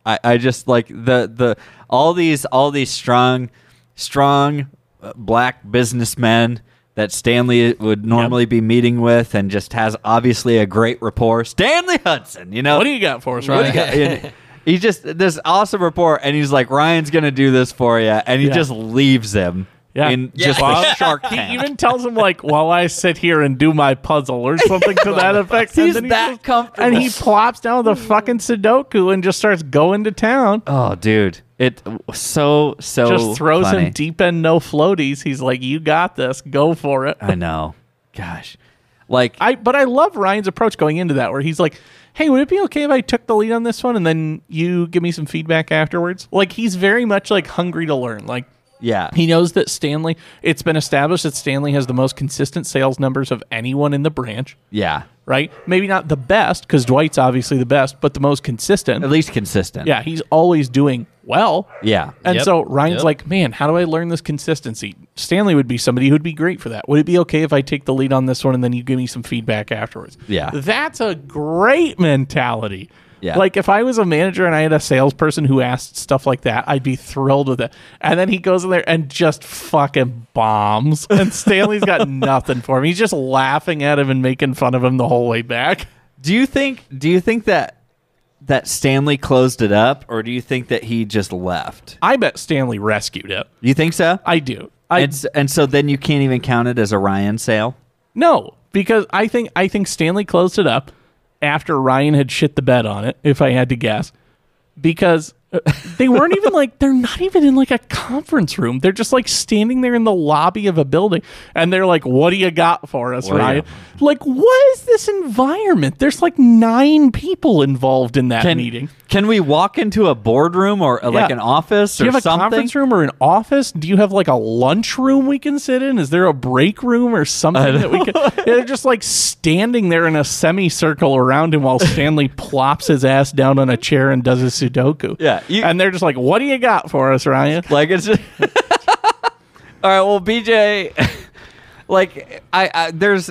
Speaker 1: I, I just like the, the, all these, all these strong, strong uh, black businessmen that Stanley would normally be meeting with and just has obviously a great rapport. Stanley Hudson, you know,
Speaker 2: What do you got for us,
Speaker 1: what
Speaker 2: Ryan?
Speaker 1: do you got? And he just, this awesome rapport. And he's like, Ryan's going to do this for you. And he
Speaker 2: Yeah.
Speaker 1: just leaves him.
Speaker 2: Yeah.
Speaker 1: In
Speaker 2: Yeah.
Speaker 1: just
Speaker 2: Well,
Speaker 1: a shark
Speaker 2: He
Speaker 1: tank.
Speaker 2: even tells him like, "While I sit here and do my puzzle" or something
Speaker 1: *laughs*
Speaker 2: to that effect.
Speaker 1: He's
Speaker 2: and
Speaker 1: that
Speaker 2: just-
Speaker 1: comfortable.
Speaker 2: and he plops down the fucking Sudoku and just starts going to town.
Speaker 1: Oh, dude, it so so
Speaker 2: just throws
Speaker 1: Oh, funny.
Speaker 2: him deep end no floaties. He's like, "You got this. Go for it."
Speaker 1: I know. Gosh. Like
Speaker 2: I but I love Ryan's approach going into that where he's like, "Hey, would it be okay if I took the lead on this one and then you give me some feedback afterwards?" Like he's very much like hungry to learn. Like
Speaker 1: yeah.
Speaker 2: he knows that Stanley, it's been established that Stanley has the most consistent sales numbers of anyone in the branch,
Speaker 1: Yeah.
Speaker 2: right? Maybe not the best cuz Dwight's obviously the best, but the most consistent.
Speaker 1: At least consistent.
Speaker 2: Yeah, he's always doing well.
Speaker 1: Yeah.
Speaker 2: And
Speaker 3: Yep.
Speaker 2: so Ryan's
Speaker 3: Yep.
Speaker 2: like, man, how do I learn this consistency? Stanley would be somebody who'd be great for that. Would it be okay if I take the lead on this one and then you give me some feedback afterwards?
Speaker 1: Yeah.
Speaker 2: That's a great mentality.
Speaker 1: Yeah.
Speaker 2: Like if I was a manager and I had a salesperson who asked stuff like that, I'd be thrilled with it. And then he goes in there and just fucking bombs. *laughs* And Stanley's got nothing for him. He's just laughing at him and making fun of him the whole way back.
Speaker 1: Do you think do you think that that Stanley closed it up or do you think that he just left?
Speaker 2: I bet Stanley rescued it.
Speaker 1: You think so?
Speaker 2: I do. I
Speaker 1: and, s- and so then you can't even count it as a Ryan sale?
Speaker 2: No, because I think I think Stanley closed it up after Ryan had shit the bed on it, if I had to guess. Because uh, they weren't even like they're not even in like a conference room. They're just like standing there in the lobby of a building and they're like, "What do you got for us,
Speaker 1: What do you-
Speaker 2: Ryan?" Like, what is this environment? There's like 9 people involved in that meeting.
Speaker 1: Can we walk into a boardroom or uh, like
Speaker 2: Yeah.
Speaker 1: an office
Speaker 2: Do you
Speaker 1: or
Speaker 2: have a
Speaker 1: something?
Speaker 2: conference room or an office? Do you have like a lunch room we can sit in? Is there a break room or something that we can? Yeah, *laughs* They're just like standing there in a semicircle around him while Stanley plops his ass down on a chair and does his Sudoku.
Speaker 1: Yeah, you-
Speaker 2: and they're just like, "What do you got for us, Ryan?"
Speaker 1: Like it's just *laughs* All right, well BJ *laughs* like I, I there's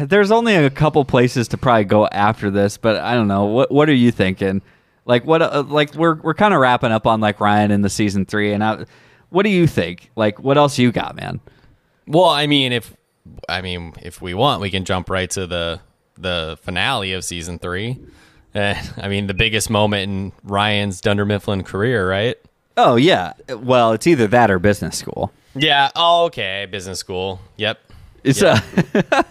Speaker 1: there's only a couple places to probably go after this, but I don't know. What what are you thinking? Like what uh, like we're we're kind of wrapping up on like Ryan in the season 3 and I, what do you think? Like what else you got, man?
Speaker 3: Well, I mean, if I mean, if we want, we can jump right to the the finale of season *laughs* three. Eh, I mean, the biggest moment in Ryan's Dunder Mifflin career, right?
Speaker 1: Oh yeah. Well, it's either that or business school.
Speaker 3: Yeah. Oh, okay. Business school. Yep.
Speaker 1: It's
Speaker 3: Yeah.
Speaker 1: uh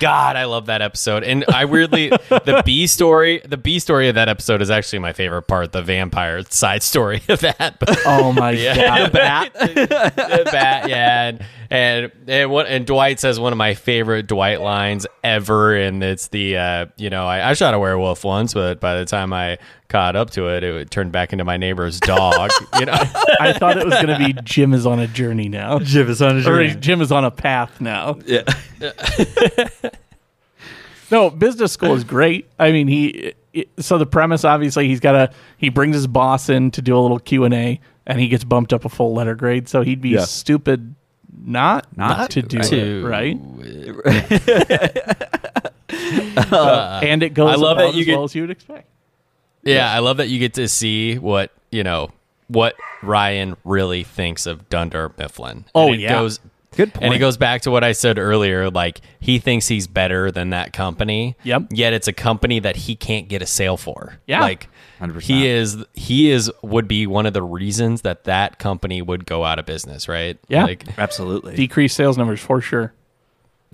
Speaker 3: God, I love that episode. And I weirdly the B story, the B story of that episode is actually my favorite part, the vampire side story *laughs* of that. But
Speaker 2: Oh *laughs* my
Speaker 3: Yeah.
Speaker 2: god.
Speaker 3: the bat, yeah, and and and, what, and Dwight says one of my favorite Dwight lines ever, and it's the uh, you know I, I shot a werewolf once, but by the time I caught up to it, it would turn back into my neighbor's dog. *laughs* you know,
Speaker 2: I thought it was going to be Jim is on a journey now.
Speaker 1: Jim is on
Speaker 2: Or Jim is on a path now.
Speaker 1: Yeah.
Speaker 2: *laughs* No, business school is great. I mean, he it- so the premise obviously he's got a he brings his boss in to do a little Q and A, and he gets bumped up a full letter grade, so he'd be
Speaker 1: Yeah.
Speaker 2: stupid not not, to do
Speaker 3: to-
Speaker 2: it, right? *laughs* Uh, and it goes
Speaker 3: I love
Speaker 2: about
Speaker 3: that you
Speaker 2: as
Speaker 3: get-
Speaker 2: well as you would expect.
Speaker 3: yeah, I love that you get to see what you know what Ryan really thinks of Dunder Mifflin.
Speaker 2: Oh,
Speaker 3: And it
Speaker 2: yeah.
Speaker 3: goes-
Speaker 1: Good point.
Speaker 3: And it goes back to what I said earlier. Like he thinks he's better than that company.
Speaker 2: Yep.
Speaker 3: Yet it's a company that he can't get a sale for.
Speaker 2: Yeah.
Speaker 3: Like
Speaker 1: 100%.
Speaker 3: he is he is would be one of the reasons that that company would go out of business. Right.
Speaker 2: Yeah.
Speaker 3: Like
Speaker 1: Absolutely.
Speaker 2: Decreased sales numbers for sure.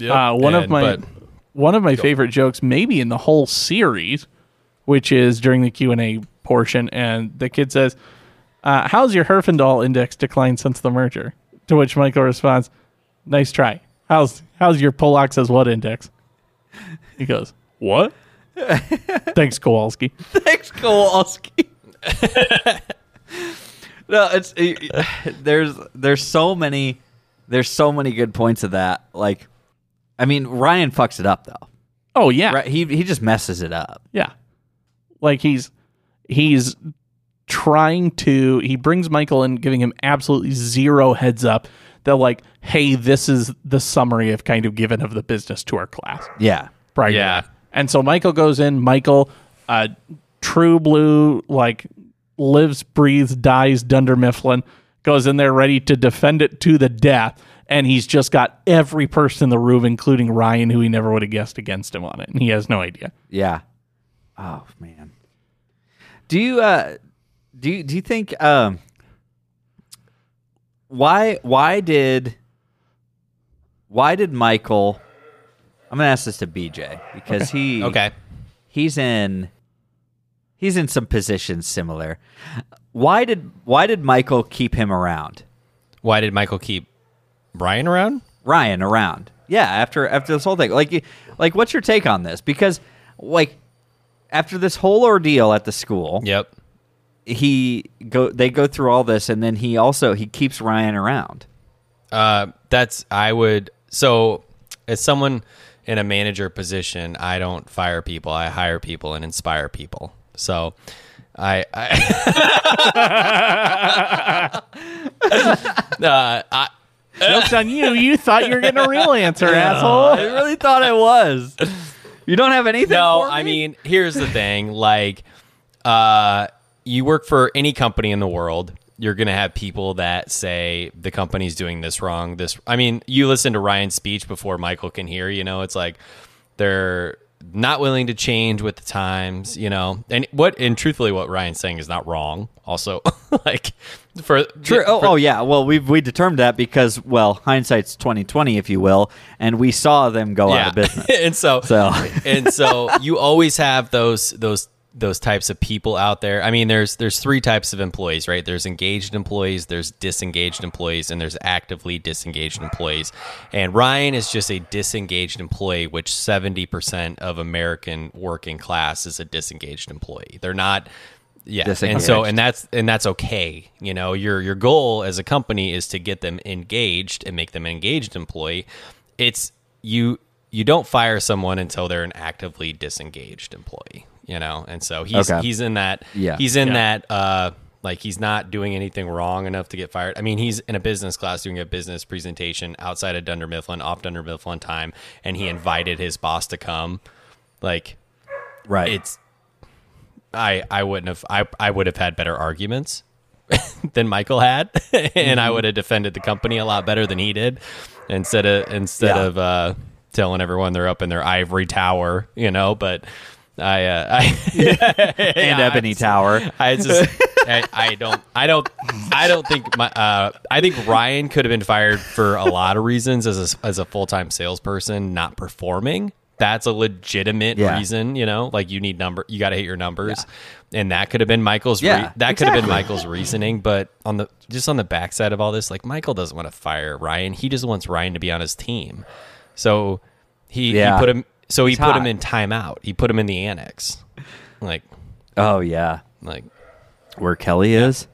Speaker 2: Uh, one of
Speaker 3: And-
Speaker 2: my
Speaker 3: but-
Speaker 2: one of my favorite jokes, maybe in the whole series, which is during the Q and A portion, and the kid says, uh, "How's your Herfindahl index declined since the merger?" To which Michael responds, "Nice try. How's how's your Pollock says what index?" He goes, "What?" *laughs* Thanks, Kowalski.
Speaker 1: Thanks, Kowalski. *laughs* no, it's it- it- *sighs* there's there's so many there's so many good points of that. Like, I mean, Ryan fucks it up though.
Speaker 2: Oh yeah,
Speaker 1: Right? He he just messes it up.
Speaker 2: Yeah. Like he's he's trying to he brings Michael in giving him absolutely zero heads up that like, hey, this is the summary I've kind of given of the business to our class
Speaker 1: Yeah.
Speaker 2: prior to
Speaker 3: Yeah.
Speaker 2: that. And so Michael goes in, Michael, uh true blue, like lives, breathes, dies, Dunder Mifflin, goes in there ready to defend it to the death. And he's just got every person in the room, including Ryan, who he never would have guessed against him on it. And he has no idea.
Speaker 1: Yeah. Oh man. Do you uh do you, do you think um why why did why did Michael I'm gonna ask this to BJ because he
Speaker 3: okay.
Speaker 1: he's in he's in some positions similar. Why did why did Michael keep him around?
Speaker 3: Why did Michael keep Ryan around?
Speaker 1: Ryan around. Yeah, after after this whole thing. Like you- like what's your take on this? Because like after this whole ordeal at the school,
Speaker 3: Yep.
Speaker 1: he go they go through all this and then he also he keeps Ryan around.
Speaker 3: Uh, that's I would so as someone in a manager position, I don't fire people. I hire people and inspire people. So I I, uh, I
Speaker 2: Joke's on you. You thought you were getting a real answer,
Speaker 1: *laughs*
Speaker 2: asshole.
Speaker 1: I really thought I was.
Speaker 3: *laughs*
Speaker 1: You don't have anything
Speaker 3: no,
Speaker 1: for
Speaker 3: I
Speaker 1: me?
Speaker 3: mean, here's
Speaker 1: *laughs*
Speaker 3: the thing. Like, uh, you work for any company in the world, you're gonna have people that say the company's doing this wrong. This, I mean, you listen to Ryan's speech before Michael can hear. You know, it's like they're not willing to change with the times. You know, and what and truthfully, what Ryan's saying is not wrong. Also, *laughs* like for
Speaker 1: True. Oh,
Speaker 3: for-
Speaker 1: oh, yeah. Well, we we determined that because well, hindsight's twenty twenty, if you will, and we saw them go out of *laughs* business.
Speaker 3: *laughs* and so,
Speaker 1: So- *laughs*
Speaker 3: and so you always have those those those types of people out there. I mean, there's there's three types of employees, right? There's engaged employees, there's disengaged employees, and there's actively disengaged employees. And Ryan is just a disengaged employee, which 70% of American working class is a disengaged employee. They're not yeah. And so
Speaker 1: Disengaged.
Speaker 3: and that's and that's okay. You know, your your goal as a company is to get them engaged and make them an engaged employee. It's you you don't fire someone until they're an actively disengaged employee, you know. And so he's
Speaker 1: Okay.
Speaker 3: he's in that
Speaker 1: Yeah.
Speaker 3: he's in that uh like he's not doing anything wrong enough to get fired. I mean, he's in a business class doing a business presentation outside of Dunder Mifflin, off Dunder Mifflin time, and he invited his boss to come. Like
Speaker 1: right.
Speaker 3: it's I I wouldn't have I I would have had better arguments *laughs* than Michael had, *laughs* and
Speaker 1: Mm-hmm.
Speaker 3: I would have defended the company a lot better than he did instead of instead
Speaker 1: Yeah.
Speaker 3: of uh, telling everyone they're up in their ivory tower, you know. But I, uh,
Speaker 1: *laughs*
Speaker 3: I
Speaker 1: and
Speaker 3: *laughs* Yeah,
Speaker 1: Ebony *laughs*
Speaker 3: it's-
Speaker 1: Tower.
Speaker 3: I just I, I don't I don't I don't think my uh, I think Ryan could have been fired for a lot of reasons as a, as a full time salesperson not performing. That's a legitimate
Speaker 1: Yeah.
Speaker 3: reason, you know. Like you need number, you got to hit your numbers, and that could have been Michael's. re-
Speaker 1: Yeah,
Speaker 3: that could have been
Speaker 1: exactly.
Speaker 3: Michael's reasoning. But on the just on the backside of all this, like Michael doesn't want to fire Ryan. He just wants Ryan to be on his team. So he,
Speaker 1: Yeah.
Speaker 3: he put him. So he
Speaker 1: It's
Speaker 3: put
Speaker 1: hot.
Speaker 3: him in timeout. He put him in the annex. Like
Speaker 1: Oh yeah,
Speaker 3: like
Speaker 1: where Kelly is.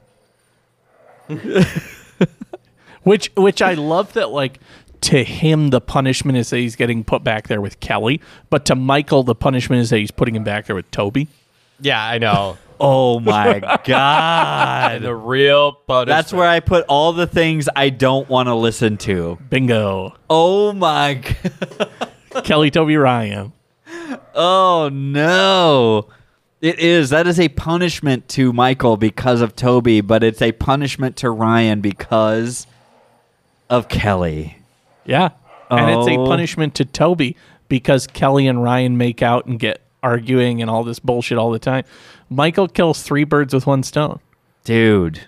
Speaker 2: Which which I love that like to him the punishment is that he's getting put back there with Kelly, but to Michael the punishment is that he's putting him back there with Toby.
Speaker 3: Yeah,
Speaker 1: *laughs*
Speaker 3: I know.
Speaker 1: Oh *laughs* my god.
Speaker 3: And the real punishment.
Speaker 1: That's where I put all the things I don't want to listen to.
Speaker 2: Bingo.
Speaker 1: Oh my god.
Speaker 2: Kelly Toby Ryan.
Speaker 1: *laughs* Oh no. It is. That is a punishment to Michael because of Toby, but it's a punishment to Ryan because of Kelly.
Speaker 2: Yeah. And it's a
Speaker 1: Oh.
Speaker 2: punishment to Toby because Kelly and Ryan make out and get arguing and all this bullshit all the time. Michael kills three birds with one stone. *laughs*
Speaker 1: Dude.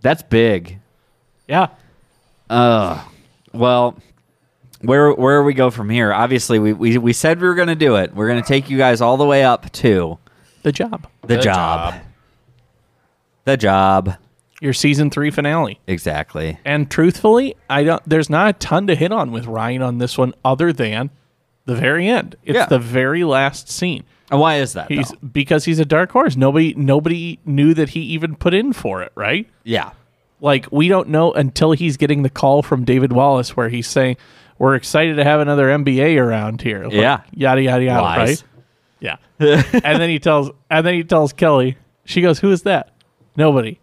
Speaker 1: That's big.
Speaker 2: Yeah.
Speaker 1: Well, where where we go from here? Obviously, we, we, we said we were going to do it. We're going to take you guys all the way up to
Speaker 2: The job.
Speaker 1: the,
Speaker 3: The
Speaker 1: job.
Speaker 3: job.
Speaker 1: The job.
Speaker 2: Your season three finale.
Speaker 1: Exactly.
Speaker 2: And truthfully, I don't there's not a ton to hit on with Ryan on this one other than the very end. It's
Speaker 1: Yeah.
Speaker 2: the very last scene.
Speaker 1: And why is that?
Speaker 2: He's
Speaker 1: though?
Speaker 2: because he's a dark horse. Nobody nobody knew that he even put in for it, right? *laughs*
Speaker 1: Yeah.
Speaker 2: like we don't know until he's getting the call from David Wallace where he's saying we're excited to have another MBA around here. Like,
Speaker 1: Yeah.
Speaker 2: yada yada yada,
Speaker 1: Lies.
Speaker 2: right?
Speaker 1: *laughs*
Speaker 2: Yeah. and then he tells and then he tells Kelly. She goes, "Who is that? Nobody.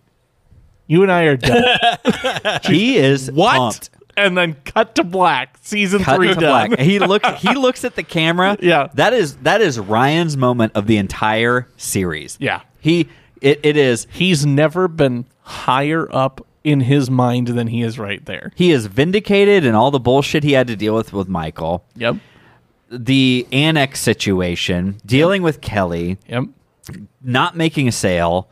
Speaker 2: You and
Speaker 1: *laughs*
Speaker 2: I are done."
Speaker 1: He is
Speaker 2: What?
Speaker 1: pumped.
Speaker 2: and then cut to black. Season
Speaker 1: Cut
Speaker 2: three
Speaker 1: to
Speaker 2: done. *laughs*
Speaker 1: black. He looks. He looks at the camera.
Speaker 2: Yeah.
Speaker 1: That is that is Ryan's moment of the entire series.
Speaker 2: Yeah.
Speaker 1: He. It, it is.
Speaker 2: He's never been higher up in his mind than he is right there.
Speaker 1: He is vindicated and all the bullshit he had to deal with with Michael.
Speaker 2: Yep.
Speaker 1: The annex situation, dealing with Kelly,
Speaker 2: Yep.
Speaker 1: not making a sale.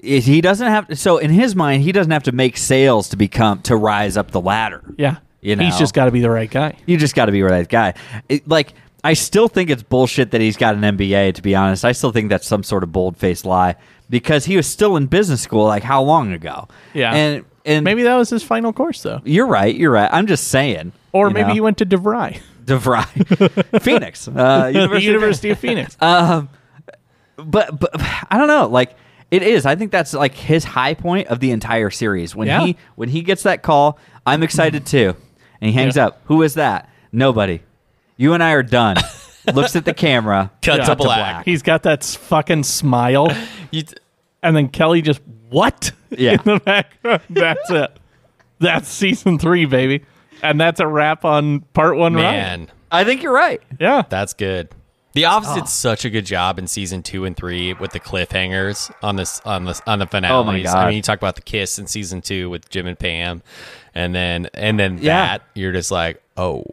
Speaker 1: It- He doesn't have so in his mind he doesn't have to make sales to become to rise up the ladder.
Speaker 2: Yeah.
Speaker 1: You know.
Speaker 2: He's just got to be the right guy.
Speaker 1: You just got to be right guy. It, like I still think it's bullshit that he's got an MBA. To be honest, I still think that's some sort of bold faced lie because he was still in business school like how long ago?
Speaker 2: Yeah.
Speaker 1: and and
Speaker 2: Maybe that was his final course though.
Speaker 1: you're right. You're right. I'm just saying.
Speaker 2: Or
Speaker 1: you
Speaker 2: maybe
Speaker 1: know?
Speaker 2: he went to DeVry.
Speaker 1: *laughs*
Speaker 2: *laughs*
Speaker 1: DeVry, Phoenix, uh,
Speaker 2: the University of Phoenix.
Speaker 1: but *sighs* but I don't know. Like it is. I think that's like his high point of the entire series. When
Speaker 2: Yeah.
Speaker 1: he when he gets that call, I'm
Speaker 2: *laughs*
Speaker 1: excited too. And he hangs
Speaker 2: Yeah.
Speaker 1: up. Who is that? Nobody. You and I are
Speaker 2: *laughs*
Speaker 1: done. Looks at the camera.
Speaker 3: Cut
Speaker 2: Yeah.
Speaker 3: to
Speaker 2: Cut to
Speaker 3: black.
Speaker 2: He's got that s- fucking smile,
Speaker 3: You t-
Speaker 2: and then Kelly just what? *laughs*
Speaker 1: Yeah.
Speaker 2: In the background. *laughs* That's it. That's season three, baby, and that's a wrap on part one. Ryan.
Speaker 3: man,
Speaker 1: I think you're right.
Speaker 2: Yeah.
Speaker 3: that's good. The Office
Speaker 1: Ah.
Speaker 3: did such a good job in season two and three with the cliffhangers on this on this on the finales. I
Speaker 1: Oh God.
Speaker 3: mean, you talk about the kiss in season two with Jim and Pam, and then and then
Speaker 1: Yeah.
Speaker 3: that you're just like, oh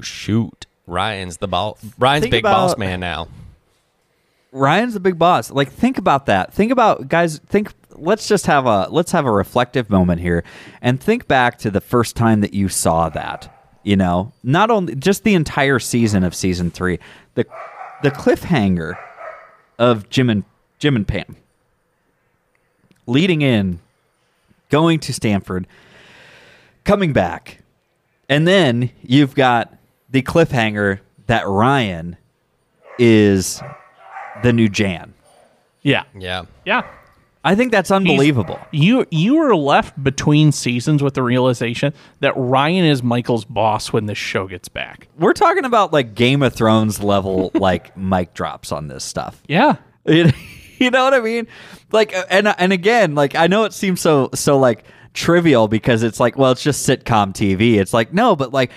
Speaker 3: shoot, Ryan's the ball. Ryan's
Speaker 1: Think
Speaker 3: big boss
Speaker 1: about-
Speaker 3: man now.
Speaker 1: Ryan's the big boss. Like think about that. Think about guys, think let's just have a let's have a reflective moment here and think back to the first time that you saw that. You know, not only just the entire season of season 3, the the cliffhanger of Jim and Jim and Pam leading in going to Stanford coming back. And then you've got the cliffhanger that Ryan is the new Jan.
Speaker 2: Yeah.
Speaker 3: Yeah,
Speaker 2: Yeah.
Speaker 1: I think that's
Speaker 2: He's-
Speaker 1: unbelievable.
Speaker 2: You you were left between seasons with the realization that Ryan is Michael's boss when this show gets back.
Speaker 1: We're talking about like Game of Thrones level like mic drops on this stuff. *laughs*
Speaker 2: Yeah.
Speaker 1: It- you know what I mean? Like uh, and and again, like I know it seems so so like trivial because it's like well, it's just sitcom TV. It's like no, but like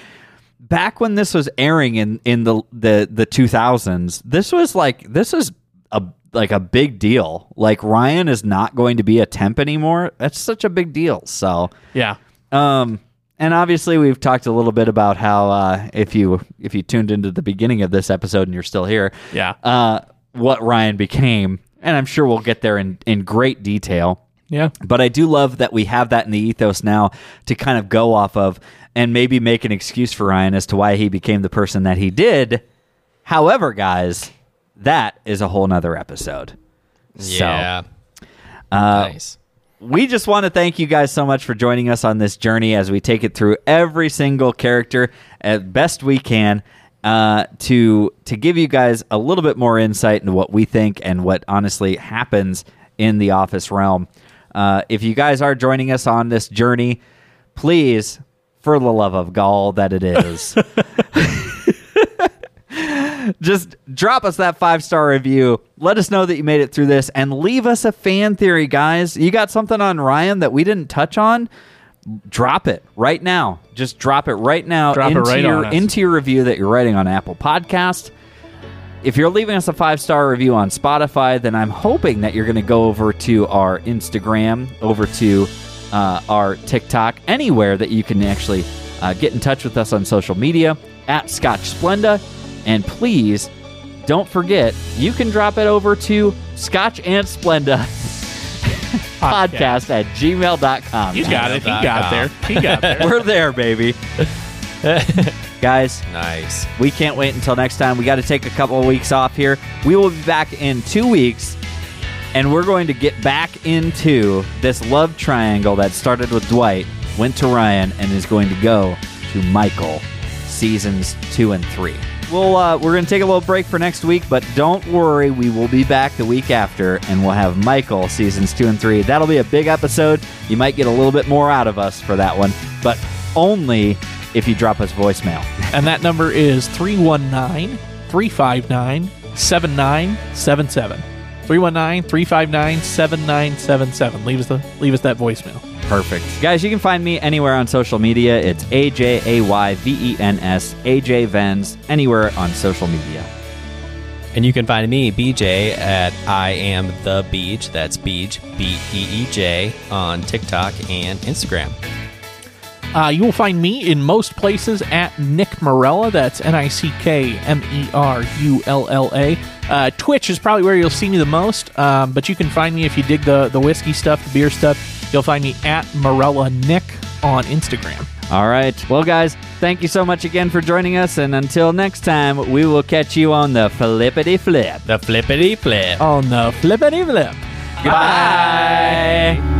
Speaker 1: back when this was airing in in the the the 2000s, this was like this is a like a big deal. Like Ryan is not going to be a temp anymore. That's such a big deal. So
Speaker 2: Yeah.
Speaker 1: Um, And obviously, we've talked a little bit about how uh, if you if you tuned into the beginning of this episode and you're still here,
Speaker 2: Yeah.
Speaker 1: uh, what Ryan became, and I'm sure we'll get there in in great detail.
Speaker 2: Yeah.
Speaker 1: But I do love that we have that in the ethos now to kind of go off of and maybe make an excuse for Ryan as to why he became the person that he did. However, guys, that is a whole nother episode.
Speaker 3: Yeah.
Speaker 1: uh,
Speaker 3: nice.
Speaker 1: we just want to thank you guys so much for joining us on this journey as we take it through every single character as best we can uh, to to give you guys a little bit more insight into what we think and what honestly happens in the office realm. Uh, if you guys are joining us on this journey, please, for the love of gall that it is, just drop us that five star review. Let us know that you made it through this and leave us a fan theory, guys. You got something on Ryan that we didn't touch on? Drop it right now. Just drop it right now
Speaker 2: Drop it
Speaker 1: into,
Speaker 2: right
Speaker 1: your,
Speaker 2: on us.
Speaker 1: into your review that you're writing on Apple Podcast. If you're leaving us a five star review on Spotify, then I'm hoping that you're going to go over to our Instagram, over to uh, our TikTok, anywhere that you can actually uh, get in touch with us on social media at Scotch Splenda. And please don't forget, you can drop it over to Scotch and Splenda *laughs* podcast at gmail.com.
Speaker 2: You got it. He got there. He got there.
Speaker 1: We're there, baby. Guys,
Speaker 3: Nice.
Speaker 1: we can't wait until next time. We got to take a couple of weeks off here. We will be back in two weeks, and we're going to get back into this love triangle that started with Dwight, went to Ryan, and is going to go to Michael, seasons two and three. We'll, uh, we're going to take a little break for next week, but don't worry, we will be back the week after, and we'll have Michael seasons two and three. That'll be a big episode. You might get a little bit more out of us for that one, but only if you drop us voicemail.
Speaker 2: *laughs* And that number is 319 359 7977. 319 359 7977. Leave us the leave us that voicemail.
Speaker 1: Perfect. Guys, you can find me anywhere on social media. It's A J A Y V E N S, AJ Vens, anywhere on social media.
Speaker 3: And you can find me, BJ, at I am the Beach. That's Beach, B E E J, on TikTok and Instagram.
Speaker 2: Uh, you will find me in most places at Nick Morella. That's N I C K M E R U L L A. Uh, Twitch is probably where you'll see me the most, um, but you can find me if you dig the, the whiskey stuff, the beer stuff. You'll find me at Morella Nick on Instagram.
Speaker 1: All right. Well, guys, thank you so much again for joining us. And until next time, we will catch you on the flippity flip.
Speaker 3: The flippity flip.
Speaker 2: On the flippity flip.
Speaker 1: Goodbye.